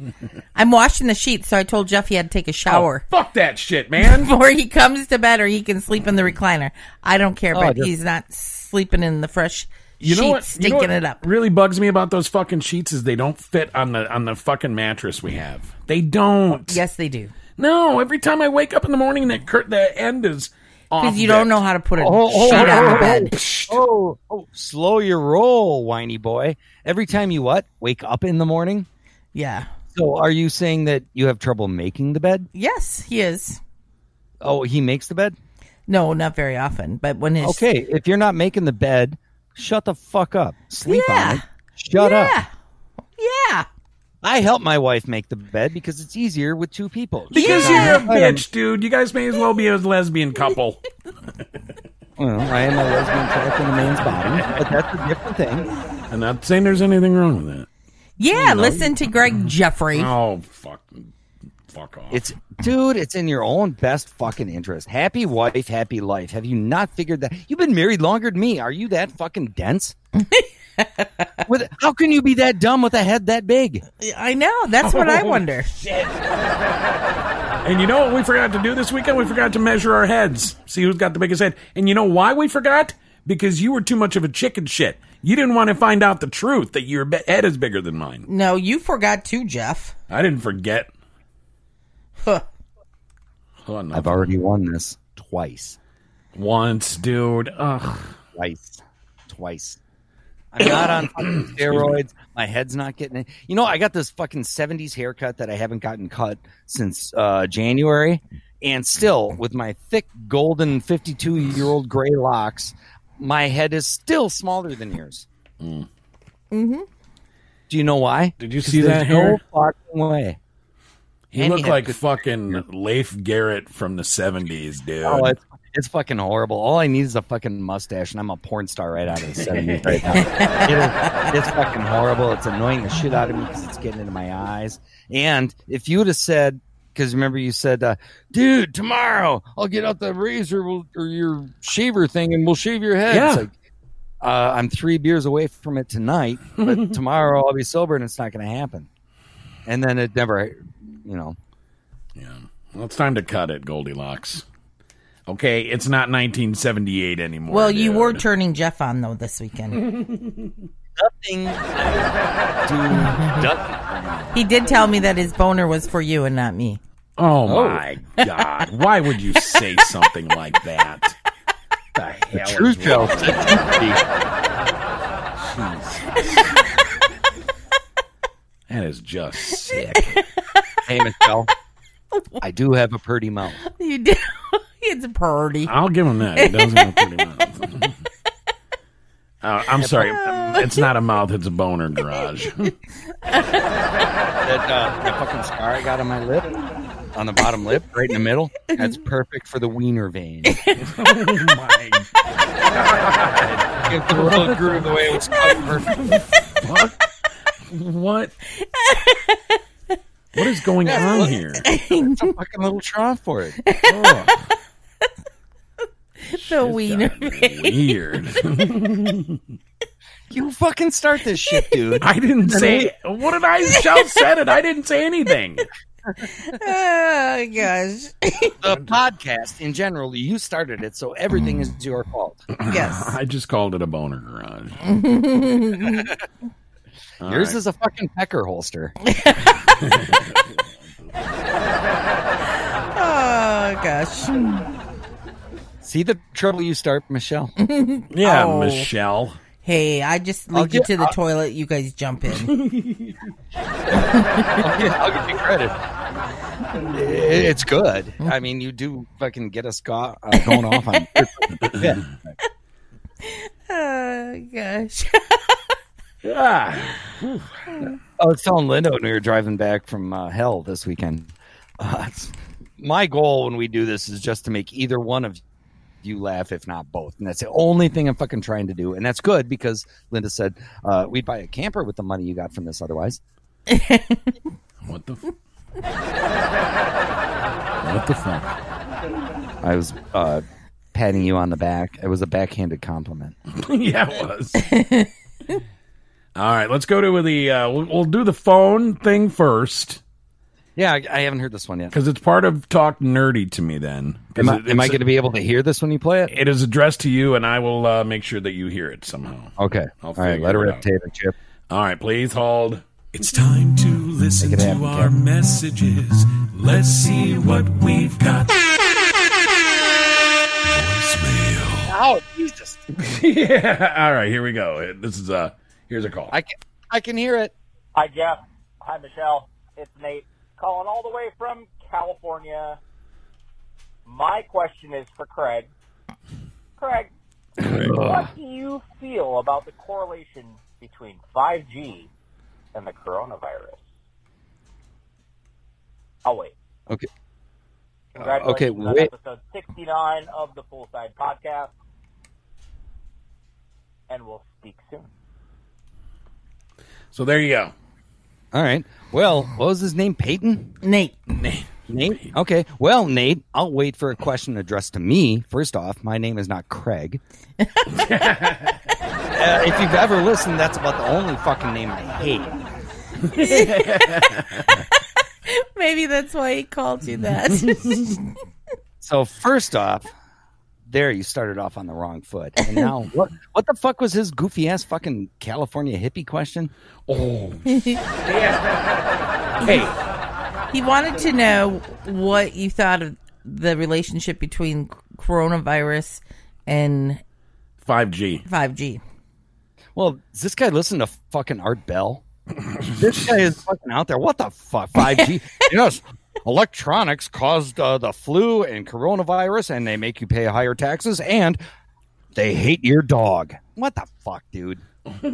[SPEAKER 1] Oh,
[SPEAKER 3] washing the sheets, so I told Jeff he had to take a shower.
[SPEAKER 1] Fuck that shit, man.
[SPEAKER 3] Before he comes to bed, or he can sleep in the recliner. I don't care, but
[SPEAKER 2] just-
[SPEAKER 3] he's not sleeping in the fresh
[SPEAKER 1] You
[SPEAKER 3] sheets,
[SPEAKER 1] know what?
[SPEAKER 3] stinking
[SPEAKER 1] you know what
[SPEAKER 3] it up.
[SPEAKER 1] Really bugs me about those fucking sheets is they don't fit on the on the fucking mattress we have. They don't.
[SPEAKER 3] Yes, they do.
[SPEAKER 1] No. Every time I wake up in the morning, that cur- the end is off.
[SPEAKER 3] Because you don't know how to put a
[SPEAKER 2] Oh, oh,
[SPEAKER 3] sheet on the
[SPEAKER 2] oh,
[SPEAKER 3] bed.
[SPEAKER 2] Oh, oh, slow your roll, whiny boy. Every time you what? Wake up in the morning?
[SPEAKER 3] Yeah.
[SPEAKER 2] So are you saying that you have trouble making the bed?
[SPEAKER 3] Yes, he is.
[SPEAKER 2] Oh, he makes the bed?
[SPEAKER 3] No, not very often, but when his
[SPEAKER 2] Okay, if you're not making the bed, shut the fuck up. Sleep
[SPEAKER 3] Yeah.
[SPEAKER 2] on it. Shut
[SPEAKER 3] yeah,
[SPEAKER 2] up.
[SPEAKER 3] yeah.
[SPEAKER 2] I help my wife make the bed because it's easier with two people.
[SPEAKER 1] Because
[SPEAKER 3] Yeah.
[SPEAKER 1] you're a bitch, dude. You guys may as well be a lesbian couple.
[SPEAKER 2] Well, I am a lesbian trapped in a man's body, but that's a different thing.
[SPEAKER 1] I'm not saying there's anything wrong with that.
[SPEAKER 3] Yeah, listen to Greg Jeffrey.
[SPEAKER 1] Oh fuck, fuck off.
[SPEAKER 2] It's, dude, it's in your own best fucking interest. Happy wife, happy life. Have you not figured that? You've been married longer than me. Are you that fucking dense? with, how can you be that dumb with a head that big?
[SPEAKER 3] I know. That's what I wonder.
[SPEAKER 1] And you know what we forgot to do this weekend? We forgot to measure our heads, see who's got the biggest head. And you know why we forgot? Because you were too much of a chicken shit. You didn't want to find out the truth that your be- head is bigger than mine.
[SPEAKER 3] No, you forgot too, Jeff.
[SPEAKER 1] I didn't forget.
[SPEAKER 3] Huh.
[SPEAKER 1] Oh, no.
[SPEAKER 2] I've already won this twice.
[SPEAKER 1] Once, dude. Ugh.
[SPEAKER 2] Twice. Twice. I'm not on fucking steroids. My head's not getting it. You know, I got this fucking 70s haircut that I haven't gotten cut since uh, January. And still, with my thick, golden 52 year old gray locks, my head is still smaller than yours. Mm. hmm Do you know why?
[SPEAKER 1] Did you
[SPEAKER 2] 'Cause
[SPEAKER 1] see
[SPEAKER 2] there's
[SPEAKER 1] that hair?
[SPEAKER 2] No fucking way.
[SPEAKER 1] You
[SPEAKER 2] And
[SPEAKER 1] look
[SPEAKER 2] he had
[SPEAKER 1] like
[SPEAKER 2] good-
[SPEAKER 1] fucking Leif Garrett from the 70s, dude.
[SPEAKER 2] Oh, it's, it's fucking horrible. All I need is a fucking mustache, and I'm a porn star right out of the 70s right now. It is, it's fucking horrible. It's annoying the shit out of me because it's getting into my eyes. And if you would have said, because remember you said, uh, dude, tomorrow I'll get out the razor we'll- or your shaver thing and we'll shave your head.
[SPEAKER 1] Yeah.
[SPEAKER 2] It's like, uh, I'm three beers away from it tonight, but tomorrow I'll be sober and it's not going to happen. And then it never you know.
[SPEAKER 1] Yeah. Well, it's time to cut it, Goldilocks. Okay, it's not 1978 anymore.
[SPEAKER 3] Well, you
[SPEAKER 1] dude.
[SPEAKER 3] were turning Jeff on though this weekend. he did tell me that his boner was for you and not me.
[SPEAKER 1] Oh, my God. Why would you say something like that? The hell is
[SPEAKER 3] truth
[SPEAKER 1] wrong
[SPEAKER 3] tells
[SPEAKER 1] with
[SPEAKER 3] the
[SPEAKER 1] you? Jesus. That is just sick.
[SPEAKER 2] Hey, Michelle, I do have a pretty mouth.
[SPEAKER 3] You did. it's
[SPEAKER 2] Ah,
[SPEAKER 3] purdy.
[SPEAKER 1] I'll give him that. He does have a pretty mouth. Uh, I'm sorry. It's not a mouth, it's a boner garage.
[SPEAKER 2] That, uh, that fucking scar I got on my lip, on the bottom lip, right in the middle, that's perfect for the wiener vein. Get the little groove the way it was cut, perfect.
[SPEAKER 1] What? What is going on here?
[SPEAKER 2] It's a fucking little trough for it.
[SPEAKER 3] the wiener.
[SPEAKER 1] Weird.
[SPEAKER 2] You fucking start this shit, dude.
[SPEAKER 1] I didn't say. What did I? Shell said it. I didn't say anything.
[SPEAKER 3] oh gosh.
[SPEAKER 2] The podcast in general, you started it, so everything is your fault.
[SPEAKER 3] Yes.
[SPEAKER 1] I just called it a boner garage. All
[SPEAKER 2] Yours
[SPEAKER 1] right.
[SPEAKER 2] is a fucking pecker holster.
[SPEAKER 3] oh gosh.
[SPEAKER 2] See the trouble you start, Michelle.
[SPEAKER 1] Yeah,
[SPEAKER 3] Oh.
[SPEAKER 1] Michelle.
[SPEAKER 3] Hey, I just
[SPEAKER 2] I'll
[SPEAKER 3] lead you
[SPEAKER 2] get-
[SPEAKER 3] to the
[SPEAKER 2] I'll-
[SPEAKER 3] toilet. You guys jump in.
[SPEAKER 2] I'll, give, I'll give you credit. It- It's good. I mean, you do fucking get us go- uh, going off on. Yeah.
[SPEAKER 3] oh gosh.
[SPEAKER 1] Ah,
[SPEAKER 2] I was telling Linda when we were driving back from uh, hell this weekend. Uh, it's- my goal when we do this is just to make either one of you laugh, if not both, and that's the only thing I'm fucking trying to do. And that's good because Linda said uh, we'd buy a camper with the money you got from this. Otherwise,
[SPEAKER 1] What the? F- what the fuck?
[SPEAKER 2] I was uh, patting you on the back. It was a backhanded compliment.
[SPEAKER 1] yeah, it was. All right, let's go to the. Uh, we'll, we'll do the phone thing first
[SPEAKER 2] Yeah, I, I haven't heard this one yet.
[SPEAKER 1] because it's part of talk nerdy to me. Then
[SPEAKER 2] Am I, am I going to be able to hear this when you play it?
[SPEAKER 1] It is addressed to you, and I will uh, make sure that you hear it somehow.
[SPEAKER 2] Okay.
[SPEAKER 1] I'll
[SPEAKER 2] All right.
[SPEAKER 1] figure
[SPEAKER 2] Let her
[SPEAKER 1] it
[SPEAKER 2] rip
[SPEAKER 1] out.
[SPEAKER 2] tape and chip.
[SPEAKER 1] All right, please hold.
[SPEAKER 10] It's time to listen
[SPEAKER 2] Make it
[SPEAKER 10] to
[SPEAKER 2] happen,
[SPEAKER 10] our messages. Let's see what we've got. Voicemail.
[SPEAKER 2] Oh Jesus!
[SPEAKER 1] yeah. All right, here we go. This is uh here's a call.
[SPEAKER 2] I can I can hear it.
[SPEAKER 11] Hi, Jeff. Hi, Michelle. It's Nate calling all the way from California. My question is for Craig. Craig, what do you feel about the correlation between 5G and the coronavirus? Oh, wait.
[SPEAKER 2] Okay. Uh,
[SPEAKER 11] Congratulations
[SPEAKER 2] okay.
[SPEAKER 11] on
[SPEAKER 2] Wait.
[SPEAKER 11] episode 69 of the Full Side Podcast. And we'll speak soon.
[SPEAKER 1] So there you go.
[SPEAKER 2] All right. Well, what was his name? Peyton.
[SPEAKER 3] Nate.
[SPEAKER 2] Nate. Okay. Well, Nate, I'll wait for a question addressed to me. First off, my name is not Craig. uh, if you've ever listened, that's about the only fucking name I hate.
[SPEAKER 3] Maybe that's why he called you that.
[SPEAKER 2] So first off, there you started off on the wrong foot. And now what what the fuck was his goofy ass fucking California hippie question?
[SPEAKER 1] Oh
[SPEAKER 3] He wanted to know what you thought of the relationship between coronavirus and
[SPEAKER 1] 5G.
[SPEAKER 3] 5G.
[SPEAKER 2] Well, does this guy listen to fucking Art Bell? this guy is fucking out there. What the fuck? 5G? you know, electronics caused uh, the flu and coronavirus, and they make you pay higher taxes, and they hate your dog. What the fuck, dude?
[SPEAKER 1] You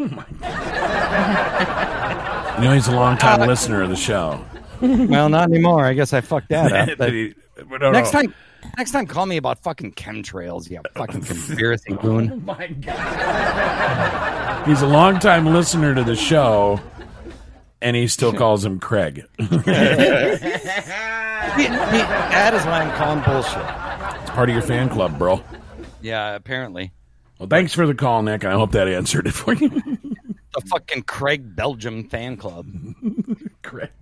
[SPEAKER 1] know he's a long time listener of the show.
[SPEAKER 2] well, not anymore. I guess I fucked that up. But
[SPEAKER 1] But no,
[SPEAKER 2] next
[SPEAKER 1] no.
[SPEAKER 2] time, next time, call me about fucking chemtrails. Yeah, fucking conspiracy goon.
[SPEAKER 1] my god. He's a long time listener to the show and he still calls him Craig.
[SPEAKER 2] He- he- that is why I'm calling bullshit.
[SPEAKER 1] It's part of your fan club, bro.
[SPEAKER 2] Yeah, apparently.
[SPEAKER 1] Well, thanks for the call, Nick. I hope that answered it for you.
[SPEAKER 2] The fucking Craig Belgium fan club.
[SPEAKER 1] Craig.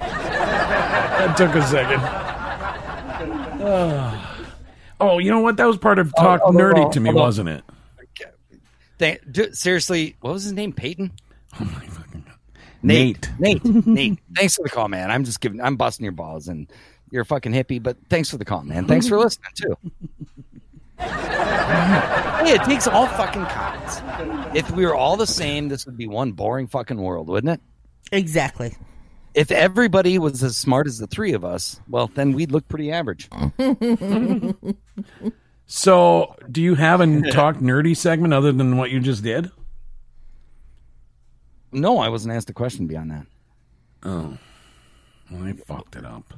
[SPEAKER 1] That took a second. oh, you know what? That was part of talk
[SPEAKER 2] Oh, oh,
[SPEAKER 1] nerdy
[SPEAKER 2] oh,
[SPEAKER 1] to me,
[SPEAKER 2] oh.
[SPEAKER 1] wasn't it?
[SPEAKER 2] They, d- seriously, what was his name? Peyton.
[SPEAKER 1] Oh, Nate.
[SPEAKER 2] Nate, Nate, thanks for the call, man. I'm just giving, I'm busting your balls, and you're a fucking hippie, but thanks for the call, man. Thanks for listening too. hey, it takes all fucking cons. If we were all the same, this would be one boring fucking world, wouldn't it?
[SPEAKER 3] Exactly.
[SPEAKER 2] If everybody was as smart as the three of us, well, then we'd look pretty average.
[SPEAKER 1] So, do you have a talk nerdy segment other than what you just did?
[SPEAKER 2] No, I wasn't asked a question beyond that.
[SPEAKER 1] Oh, well, I fucked it up.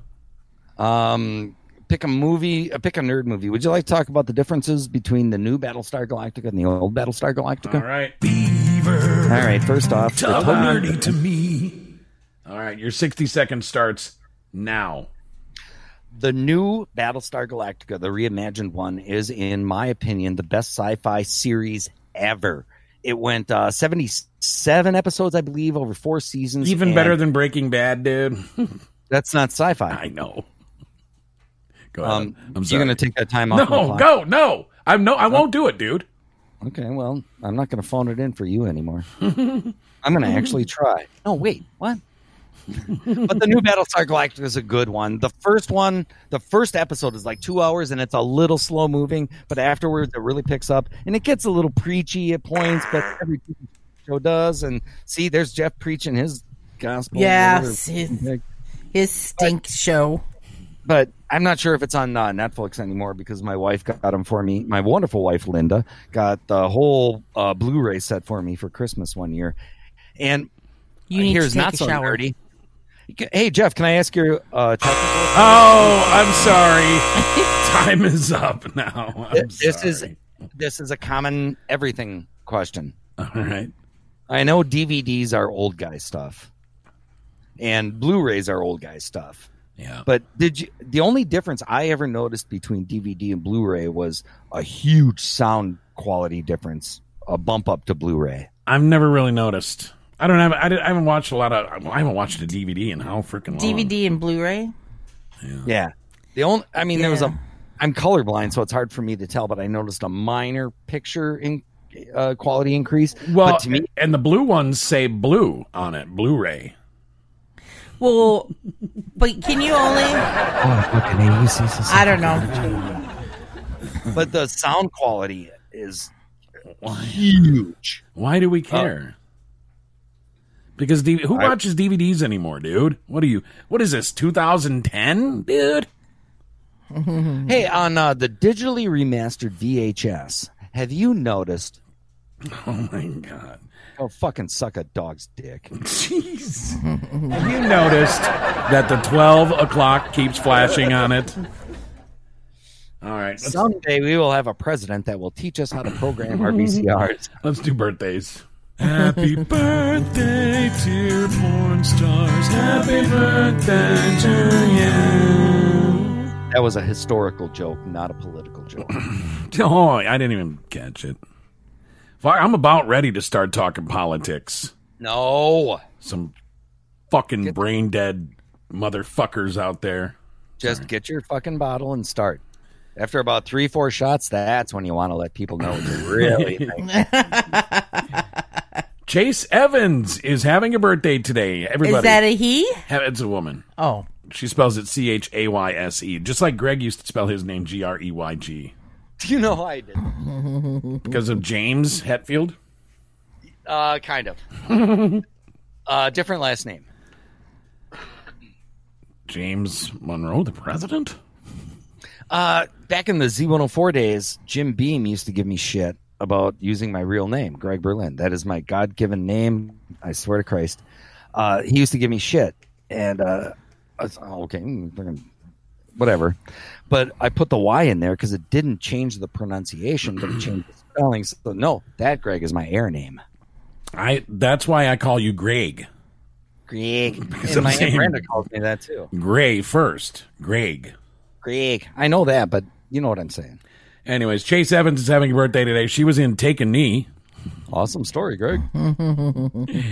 [SPEAKER 2] Um, pick a movie, uh, pick a nerd movie. Would you like to talk about the differences between the new Battlestar Galactica and the old Battlestar Galactica?
[SPEAKER 1] All right.
[SPEAKER 2] All right. First off, for
[SPEAKER 1] Talk
[SPEAKER 2] Tom-
[SPEAKER 1] nerdy to me. All right, your 60 seconds starts now.
[SPEAKER 2] The new Battlestar Galactica, the reimagined one, is, in my opinion, the best sci fi series ever. It went uh, 77 episodes, I believe, over four seasons.
[SPEAKER 1] Even better than Breaking Bad, dude.
[SPEAKER 2] That's not sci fi.
[SPEAKER 1] I know. Go
[SPEAKER 2] ahead.
[SPEAKER 1] I'm
[SPEAKER 2] Um, You're going to take that time off. the
[SPEAKER 1] No,
[SPEAKER 2] clock?
[SPEAKER 1] go, no. I'm no, I won't do it, dude.
[SPEAKER 2] Okay, well, I'm not going to phone it in for you anymore. I'm going to actually try. No, wait, what? but the new Battlestar Galactica is a good one. The first one, the first episode is like two hours and it's a little slow moving, but afterwards it really picks up and it gets a little preachy at points, but every TV show does. And see, there's Jeff preaching his gospel.
[SPEAKER 3] Yes,
[SPEAKER 2] his,
[SPEAKER 3] his stink show.
[SPEAKER 2] But I'm not sure if it's on uh, Netflix anymore because my wife got them for me. My wonderful wife, Linda, got the whole uh, Blu ray set for me for Christmas one year. And
[SPEAKER 3] You need
[SPEAKER 2] here's
[SPEAKER 3] to take
[SPEAKER 2] not
[SPEAKER 3] a
[SPEAKER 2] so
[SPEAKER 3] shower.
[SPEAKER 2] nerdy. Hey, Jeff, can I ask you uh, technical
[SPEAKER 1] Oh, I'm sorry. Time is up now. I'm
[SPEAKER 2] Th- this is this is a common everything question.
[SPEAKER 1] All right.
[SPEAKER 2] I know DVDs are old guy stuff, and Blu-rays are old guy stuff.
[SPEAKER 1] Yeah.
[SPEAKER 2] But did you? The only difference I ever noticed between DVD and Blu-ray was a huge sound quality difference, a bump up to Blu-ray.
[SPEAKER 1] I've never really noticed. I don't have. I, did, I haven't watched a lot of. I haven't watched a DVD in how freaking long.
[SPEAKER 3] DVD and Blu-ray.
[SPEAKER 2] Yeah. The only, I mean, there was a, I'm colorblind, so it's hard for me to tell, but I noticed a minor picture in uh, quality increase.
[SPEAKER 1] Well,
[SPEAKER 2] but to me,
[SPEAKER 1] and the blue ones say blue on it, Blu-ray.
[SPEAKER 3] Well, but can you only?
[SPEAKER 2] oh, look, an AUC
[SPEAKER 3] I don't know.
[SPEAKER 2] but the sound quality is huge.
[SPEAKER 1] Why do we care? because D- who watches DVDs anymore, dude? What are you? What is this? 2010, dude?
[SPEAKER 2] Hey, on uh, the digitally remastered VHS, have you noticed?
[SPEAKER 1] Oh my god!
[SPEAKER 2] Oh, fucking suck a dog's dick.
[SPEAKER 1] Jeez. Have you noticed that the 12 o'clock keeps flashing on it? All right. let's-
[SPEAKER 2] Someday we will have a president that will teach us how to program our VCRs.
[SPEAKER 1] Let's do birthdays.
[SPEAKER 10] Happy birthday, dear porn stars. Happy birthday to you.
[SPEAKER 2] That was a historical joke, not a political joke.
[SPEAKER 1] Oh, I didn't even catch it. Fuck, I'm about ready to start talking politics.
[SPEAKER 2] No.
[SPEAKER 1] Some fucking brain dead motherfuckers out there.
[SPEAKER 2] Just get your fucking bottle and start. After about three, four shots, that's when you want to let people know what you really think.
[SPEAKER 1] Chase Evans is having a birthday today. Everybody,
[SPEAKER 3] Is that a he?
[SPEAKER 1] Ha- it's a woman.
[SPEAKER 3] Oh,
[SPEAKER 1] She spells it C H A Y S E, just like Greg used to spell his name G R E Y G
[SPEAKER 2] You know I did.
[SPEAKER 1] because of James Hetfield.
[SPEAKER 2] Uh, kind of. uh, different last name.
[SPEAKER 1] James Monroe, the president.
[SPEAKER 2] Uh, back in the Z104 days, Jim Beam used to give me shit about using my real name, Greg Berlin. That is my God given name. I swear to Christ. Uh, he used to give me shit. And, uh, I was- oh, okay, mm, fucking- whatever. But I put the Y in there because it didn't change the pronunciation, but it changed the spelling. So, no, that Greg is my air name.
[SPEAKER 1] I. That's why I call you Greg.
[SPEAKER 2] Greg.
[SPEAKER 1] Because
[SPEAKER 2] And
[SPEAKER 1] I'm
[SPEAKER 2] my aunt
[SPEAKER 1] saying-
[SPEAKER 2] Brenda calls me that too.
[SPEAKER 1] Gray first. Greg.
[SPEAKER 2] Greg. I know that, but you know what I'm saying.
[SPEAKER 1] Anyways, Chase Evans is having a birthday today. She was in Take a Knee.
[SPEAKER 2] Awesome story,
[SPEAKER 1] Mm-hmm.
[SPEAKER 2] Greg.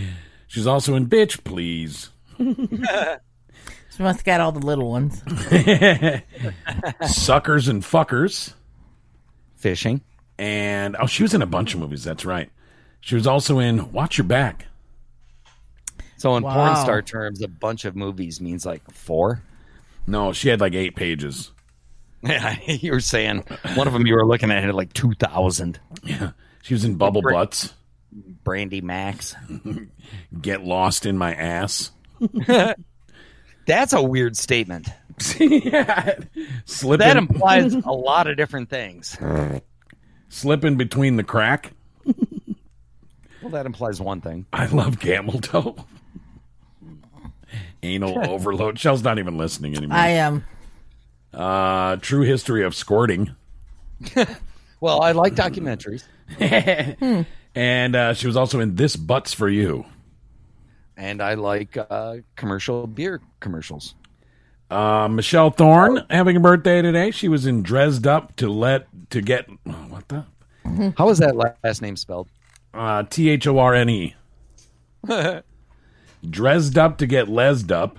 [SPEAKER 1] She's also in Bitch Please.
[SPEAKER 3] She must have got all the little ones.
[SPEAKER 1] Suckers and Fuckers.
[SPEAKER 2] Fishing.
[SPEAKER 1] And, oh, she was in a bunch of movies. That's right. She was also in Watch Your Back.
[SPEAKER 2] So, in porn
[SPEAKER 1] Wow.
[SPEAKER 2] star terms, a bunch of movies means like four.
[SPEAKER 1] No, she had like eight pages.
[SPEAKER 2] Yeah, you were saying one of them you were looking at had like 2,000.
[SPEAKER 1] Yeah. She was in Bubble Butts.
[SPEAKER 2] Brandy Max.
[SPEAKER 1] Get Lost in My Ass.
[SPEAKER 2] That's a weird statement.
[SPEAKER 1] yeah. Slip
[SPEAKER 2] That
[SPEAKER 1] in-
[SPEAKER 2] implies a lot of different things.
[SPEAKER 1] Slipping between the crack.
[SPEAKER 2] Well, that implies one thing.
[SPEAKER 1] I love camel toe. Anal overload. Shell's not even listening anymore.
[SPEAKER 3] I um, am.
[SPEAKER 1] Uh, true history of squirting.
[SPEAKER 2] Well, I like documentaries.
[SPEAKER 1] And uh, she was also in This Butts for You.
[SPEAKER 2] And I like uh, commercial beer commercials.
[SPEAKER 1] Uh, Michelle Thorne having a birthday today. She was in Dressed Up to Let to Get oh, what the
[SPEAKER 2] How is that last name spelled?
[SPEAKER 1] uh T H O R N E. Dressed Up to Get Lesed Up.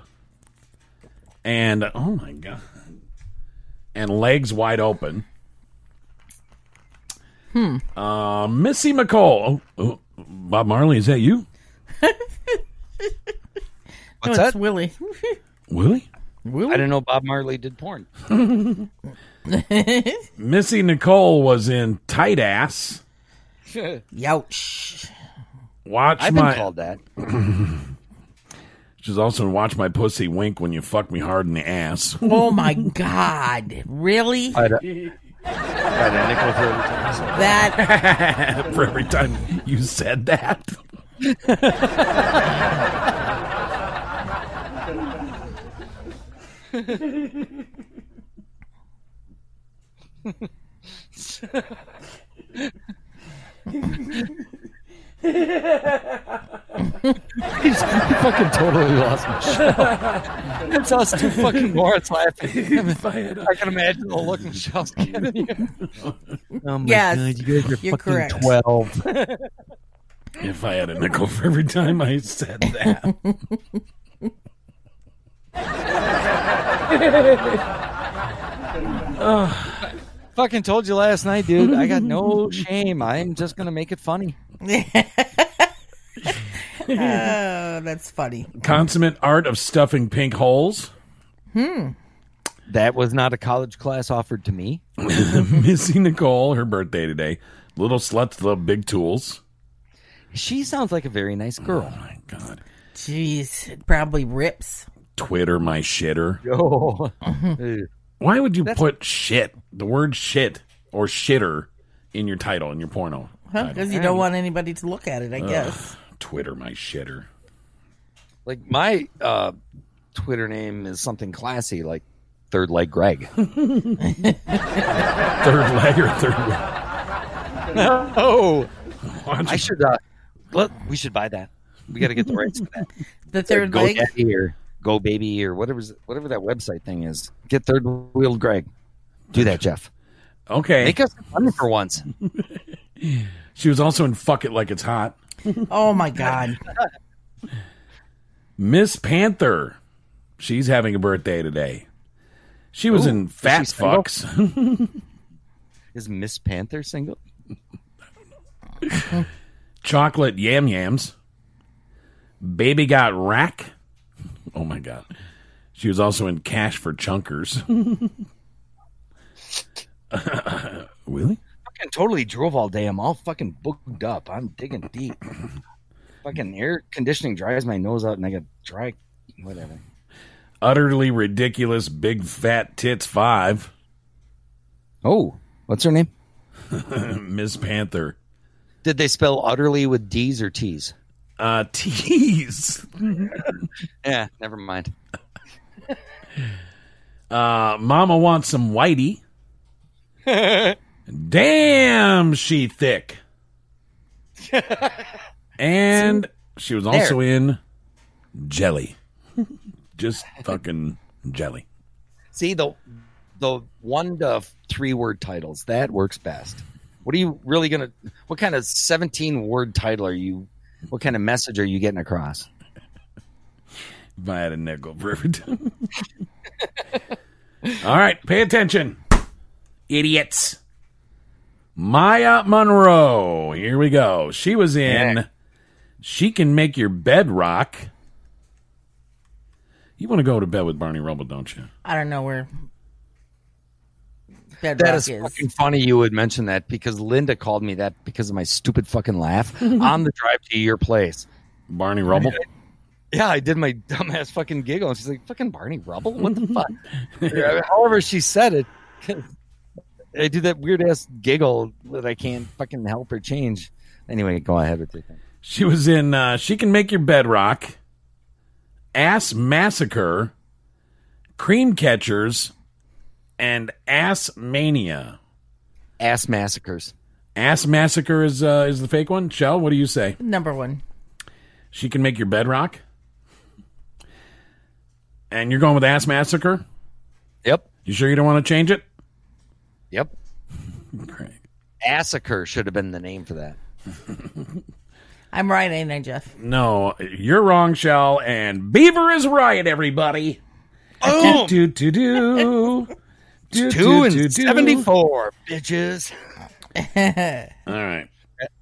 [SPEAKER 1] And oh my god. And legs wide open.
[SPEAKER 3] Hmm.
[SPEAKER 1] Uh, Missy McCall. Oh, oh, Bob Marley, is that you?
[SPEAKER 3] no,
[SPEAKER 2] that?
[SPEAKER 3] it's Willie.
[SPEAKER 1] Willie?
[SPEAKER 2] I didn't know Bob Marley did porn.
[SPEAKER 1] Missy Nicole was in Tight Ass.
[SPEAKER 3] Youch.
[SPEAKER 1] Watch
[SPEAKER 2] I've been
[SPEAKER 1] my
[SPEAKER 2] called that.
[SPEAKER 1] She's also in Watch My Pussy Wink when you fuck me hard in the ass.
[SPEAKER 3] Oh my God! Really?
[SPEAKER 1] I
[SPEAKER 3] That
[SPEAKER 1] for every time you said that.
[SPEAKER 2] He's fucking totally lost my shell. It's us two fucking morons laughing. I can imagine the look Michelle's giving you. Oh my
[SPEAKER 3] Yes,
[SPEAKER 2] god, you guys are fucking
[SPEAKER 3] you're correct.
[SPEAKER 2] twelve.
[SPEAKER 1] if I had a nickel for every time I said that.
[SPEAKER 2] Ugh. fucking told you last night, dude. I got no shame. I'm just gonna make it funny.
[SPEAKER 3] oh, that's funny.
[SPEAKER 1] Consummate art of stuffing pink holes.
[SPEAKER 3] Hmm.
[SPEAKER 2] That was not a college class offered to me.
[SPEAKER 1] Missy Nicole, her birthday today. Little sluts love big tools.
[SPEAKER 2] She sounds like a very nice girl.
[SPEAKER 3] Jeez, it probably rips.
[SPEAKER 1] Twitter my shitter.
[SPEAKER 2] Yo.
[SPEAKER 1] Why would you put shit, the word shit or shitter in your title, in your porno?
[SPEAKER 3] Because you don't want anybody to look at it, I
[SPEAKER 1] Ugh,
[SPEAKER 3] guess.
[SPEAKER 1] Twitter my shitter.
[SPEAKER 2] Like my uh, Twitter name is something classy, like Third Leg Greg.
[SPEAKER 1] Third leg or third leg?
[SPEAKER 2] No.
[SPEAKER 1] I
[SPEAKER 2] should. Uh, let, we should buy that. We got to get the rights for that.
[SPEAKER 3] The third
[SPEAKER 2] go
[SPEAKER 3] leg?
[SPEAKER 2] Daddy or Go Baby or whatever whatever that website thing is. Get third wheeled Greg. Do that, Jeff.
[SPEAKER 1] Okay.
[SPEAKER 2] Make us money for once.
[SPEAKER 1] She was also in Fuck It Like It's Hot.
[SPEAKER 3] Oh my God.
[SPEAKER 1] Miss Panther. She's having a birthday today. She was
[SPEAKER 2] Ooh,
[SPEAKER 1] in
[SPEAKER 2] is she
[SPEAKER 1] Fat
[SPEAKER 2] single?
[SPEAKER 1] Fucks.
[SPEAKER 2] Is Miss Panther single?
[SPEAKER 1] Chocolate Yam Yams. Baby Got Rack. Oh my God. She was also in Cash for Chunkers. really?
[SPEAKER 2] Fucking totally drove all day. I'm all fucking booked up. I'm digging deep. fucking air conditioning dries my nose out and I got dry. Whatever.
[SPEAKER 1] Utterly ridiculous Big Fat Tits 5.
[SPEAKER 2] Oh, what's her name?
[SPEAKER 1] Miss Panther.
[SPEAKER 2] Did they spell utterly with D's or T's?
[SPEAKER 1] Uh, T's.
[SPEAKER 2] yeah, never mind.
[SPEAKER 1] Uh, Mama wants some whitey. Damn, she thick. and she was also in jelly. Just fucking jelly.
[SPEAKER 2] See the the one to three word titles that works best. What are you really gonna? What kind of seventeen word title are you? What kind of message are you getting across?
[SPEAKER 1] if I had a nickel for every time. All right, pay attention, idiots. Maya Monroe. Here we go. She was in. She can make your bed rock. You want to go to bed with Barney Rubble, don't you?
[SPEAKER 3] I don't know where
[SPEAKER 2] That
[SPEAKER 3] bedrock
[SPEAKER 2] is
[SPEAKER 3] is.
[SPEAKER 2] fucking funny you would mention that because Linda called me that because of my stupid fucking laugh on the drive to your place.
[SPEAKER 1] Barney Rubble?
[SPEAKER 2] Yeah, I did my dumbass fucking giggle and she's like, fucking Barney Rubble? What the fuck? Yeah, However, she said it. I do that weird ass giggle that I can't fucking help or change. Anyway, go ahead with your thing.
[SPEAKER 1] She was in uh, She Can Make Your Bed Rock, Ass Massacre, Cream Catchers, and Ass Mania.
[SPEAKER 2] Ass Massacres.
[SPEAKER 1] Ass Massacre is uh, is the fake one. Shell, what do you say?
[SPEAKER 3] Number one.
[SPEAKER 1] She can make your bed rock. And you're going with Ass Massacre?
[SPEAKER 2] Yep.
[SPEAKER 1] You sure you don't want to change it?
[SPEAKER 2] Yep. Massacre should have been the name for that.
[SPEAKER 3] I'm right, ain't I, Jeff?
[SPEAKER 1] No, you're wrong, Shell, and Beaver is right, everybody. Oh, do, do, do, do,
[SPEAKER 2] Two
[SPEAKER 1] do,
[SPEAKER 2] and
[SPEAKER 1] do.
[SPEAKER 2] seventy-four, bitches.
[SPEAKER 1] All right.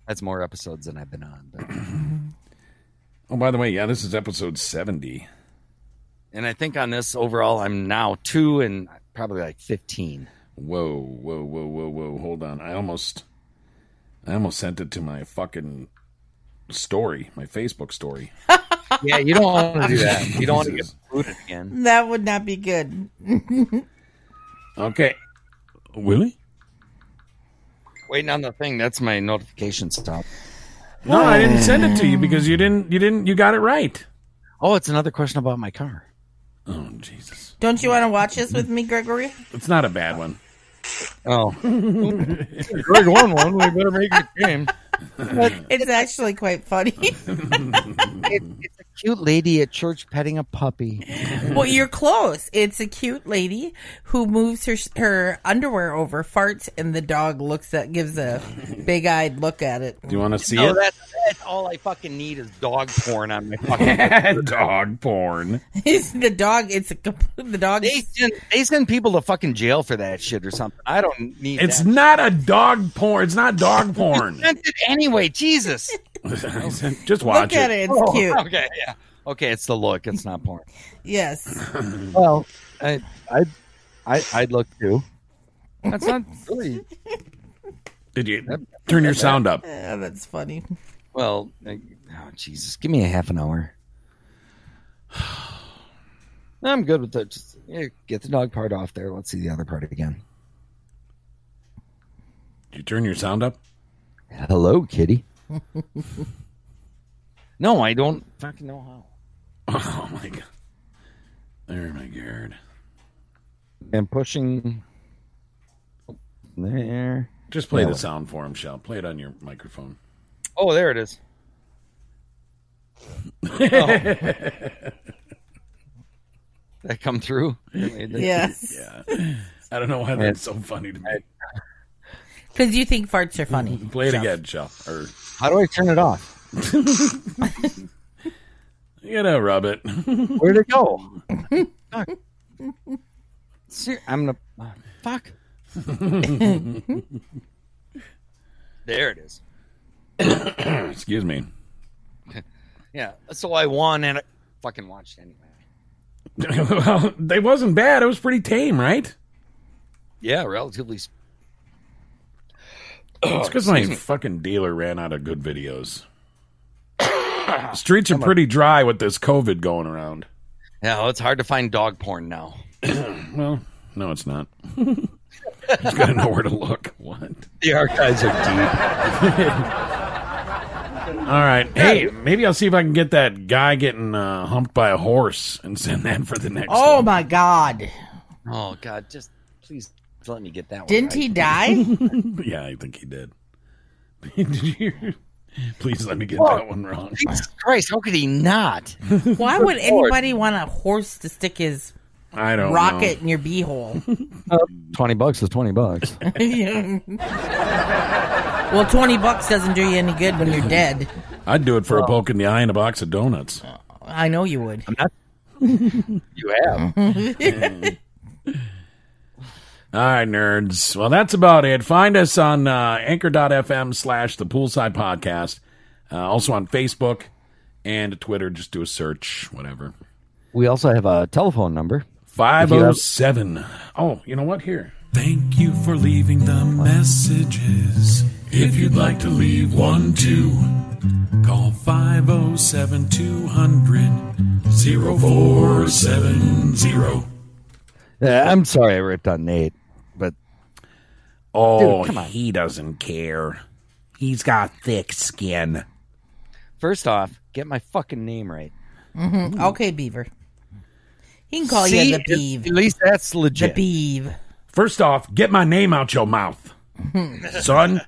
[SPEAKER 2] That's more episodes than I've been on. But.
[SPEAKER 1] Oh, by the way, yeah, this is episode 70.
[SPEAKER 2] And I think on this overall, I'm now two and probably like 15.
[SPEAKER 1] Whoa, whoa, whoa, whoa, whoa. Hold on. I almost I almost sent it to my fucking story, my Facebook story.
[SPEAKER 2] yeah, you don't want
[SPEAKER 3] to do
[SPEAKER 2] that. You don't wanna
[SPEAKER 1] get
[SPEAKER 2] booted again.
[SPEAKER 3] That would not be good.
[SPEAKER 1] Okay. Willie?
[SPEAKER 2] Waiting on the thing. That's my notification stop.
[SPEAKER 1] No, I didn't send it to you because you didn't you didn't you got it right.
[SPEAKER 2] Oh, it's another question about my car.
[SPEAKER 1] Oh, Jesus.
[SPEAKER 3] Don't you want to watch this with me, Gregory?
[SPEAKER 1] It's not a bad one.
[SPEAKER 2] Oh. Greg won one. We better make it game.
[SPEAKER 3] It's actually quite funny.
[SPEAKER 2] Cute lady at church petting a puppy.
[SPEAKER 3] well, you're close. It's a cute lady who moves her her underwear over, farts, and the dog looks at gives a big eyed look at it.
[SPEAKER 1] Do you want to see
[SPEAKER 2] No,
[SPEAKER 1] it?
[SPEAKER 2] Oh, that's, that's all I fucking need is dog porn on my fucking
[SPEAKER 1] Dog porn.
[SPEAKER 3] It's the dog. It's a complete. The dog.
[SPEAKER 2] They send, they send people to fucking jail for that shit or something. I don't need
[SPEAKER 1] It's
[SPEAKER 2] that.
[SPEAKER 1] not a dog porn. It's not dog porn.
[SPEAKER 2] Sent it anyway, Jesus.
[SPEAKER 1] Just watch
[SPEAKER 3] at it. It's cute.
[SPEAKER 2] Okay, yeah. Okay, it's the look. It's not porn.
[SPEAKER 3] Yes.
[SPEAKER 2] Well, I, I, I, I'd look too. That's not really.
[SPEAKER 1] Did you turn your sound up?
[SPEAKER 3] Yeah, that's funny.
[SPEAKER 2] Well, I- oh, Jesus, give me a half an hour. I'm good with that. Just yeah, get the dog part off there. Let's see the other part again.
[SPEAKER 1] Did you turn your sound up?
[SPEAKER 2] Hello, kitty. no, I don't fucking know how.
[SPEAKER 1] Oh my god. There my god.
[SPEAKER 2] And pushing there.
[SPEAKER 1] Just play
[SPEAKER 2] Yeah.
[SPEAKER 1] the sound for him, Shell. Play it on your microphone.
[SPEAKER 2] Oh, there it is. Oh. That come through?
[SPEAKER 3] Yes.
[SPEAKER 1] Yeah. I don't know why that's so funny to me.
[SPEAKER 3] Because you think farts are funny.
[SPEAKER 1] Play it again, Shell. Or
[SPEAKER 2] How do I turn it off?
[SPEAKER 1] you know, rub it.
[SPEAKER 2] Where'd it go? Fuck. Ser- I'm gonna uh, fuck. there it is.
[SPEAKER 1] Excuse me.
[SPEAKER 2] Yeah. So I won and I fucking watched anyway.
[SPEAKER 1] well, they wasn't bad. It was pretty tame, right?
[SPEAKER 2] Yeah, relatively. Sp-
[SPEAKER 1] It's because my fucking dealer ran out of good videos. Streets are pretty dry with this COVID going around.
[SPEAKER 2] Yeah, well, it's hard to find dog porn now.
[SPEAKER 1] Well, no, it's not. Just gotta know where to look. What?
[SPEAKER 2] The archives are deep.
[SPEAKER 1] All right. Hey, maybe I'll see if I can get that guy getting uh, humped by a horse and send that for the next.
[SPEAKER 3] Oh my God!
[SPEAKER 2] Oh God, just please let me get that one.
[SPEAKER 3] Didn't
[SPEAKER 2] right.
[SPEAKER 3] he die?
[SPEAKER 1] one. Yeah, I think he did. Did you hear? Please let me get that one wrong.
[SPEAKER 2] Jesus Christ, how could he not?
[SPEAKER 3] Why would anybody want a horse to stick his
[SPEAKER 1] I
[SPEAKER 2] Oh,
[SPEAKER 1] don't
[SPEAKER 3] rocket in your beehole?
[SPEAKER 2] Twenty bucks is twenty bucks.
[SPEAKER 3] well, twenty bucks doesn't do you any good when you're dead.
[SPEAKER 1] Know. I'd do it for a poke in the eye and a box of donuts.
[SPEAKER 3] I know you would.
[SPEAKER 2] I'm not. You have.
[SPEAKER 1] All right, nerds. Well, that's about it. Find us on uh, anchor.fm slash the poolside podcast. Uh, also on Facebook and Twitter. Just do a search, whatever.
[SPEAKER 2] we also have a telephone number. If you have-
[SPEAKER 1] 507. Oh, you know what? Here.
[SPEAKER 12] Thank you for leaving the messages. If you'd like to leave one too, call 507 200 0470.
[SPEAKER 2] Yeah, Uh, I'm sorry I ripped on Nate, but
[SPEAKER 1] Oh,
[SPEAKER 2] Dude, come on.
[SPEAKER 1] he doesn't care. He's got thick skin.
[SPEAKER 2] first off, get my fucking name right.
[SPEAKER 3] hmm Okay, Beaver. He can call
[SPEAKER 2] See,
[SPEAKER 3] you the Beaver.
[SPEAKER 2] At least that's legit.
[SPEAKER 3] The Beav.
[SPEAKER 1] First off, get my name out your mouth, son.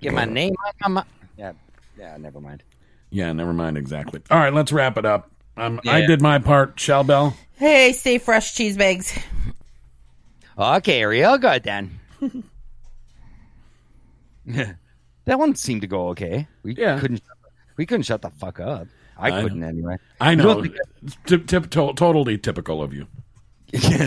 [SPEAKER 2] Get my name out my mouth. Yeah, yeah, never mind.
[SPEAKER 1] Yeah, never mind. Exactly. All right, let's wrap it up. Um, I
[SPEAKER 2] Yeah.
[SPEAKER 1] did my part, Shell Bell.
[SPEAKER 3] Hey, stay fresh, cheese bags.
[SPEAKER 2] Okay, real good then. that one seemed to go okay. We
[SPEAKER 1] Yeah.
[SPEAKER 2] couldn't. We couldn't shut the fuck up. I,
[SPEAKER 1] I
[SPEAKER 2] couldn't anyway.
[SPEAKER 1] I
[SPEAKER 2] You
[SPEAKER 1] know.
[SPEAKER 2] don't, think,
[SPEAKER 1] Tip, tip, to- totally typical of you.
[SPEAKER 2] you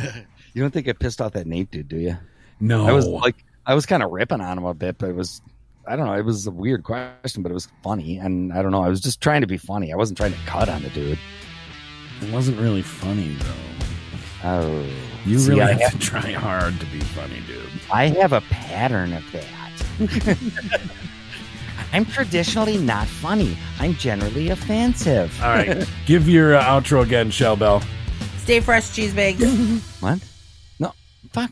[SPEAKER 2] don't think I pissed off that Nate dude, do you?
[SPEAKER 1] No.
[SPEAKER 2] I was like, I was kind of ripping on him a bit, but it was, I don't know, it was a weird question, but it was funny, and I don't know, I was just trying to be funny. I wasn't trying to cut on the dude.
[SPEAKER 1] It wasn't really funny though.
[SPEAKER 2] Oh,
[SPEAKER 1] you
[SPEAKER 2] See,
[SPEAKER 1] really
[SPEAKER 2] I
[SPEAKER 1] have,
[SPEAKER 2] have-
[SPEAKER 1] to try hard to be funny, dude.
[SPEAKER 2] I have a pattern of that. I'm traditionally not funny. I'm generally offensive.
[SPEAKER 1] All right, give your uh, outro again, Shell Bell.
[SPEAKER 3] Stay fresh, cheese bags.
[SPEAKER 2] what? No, fuck.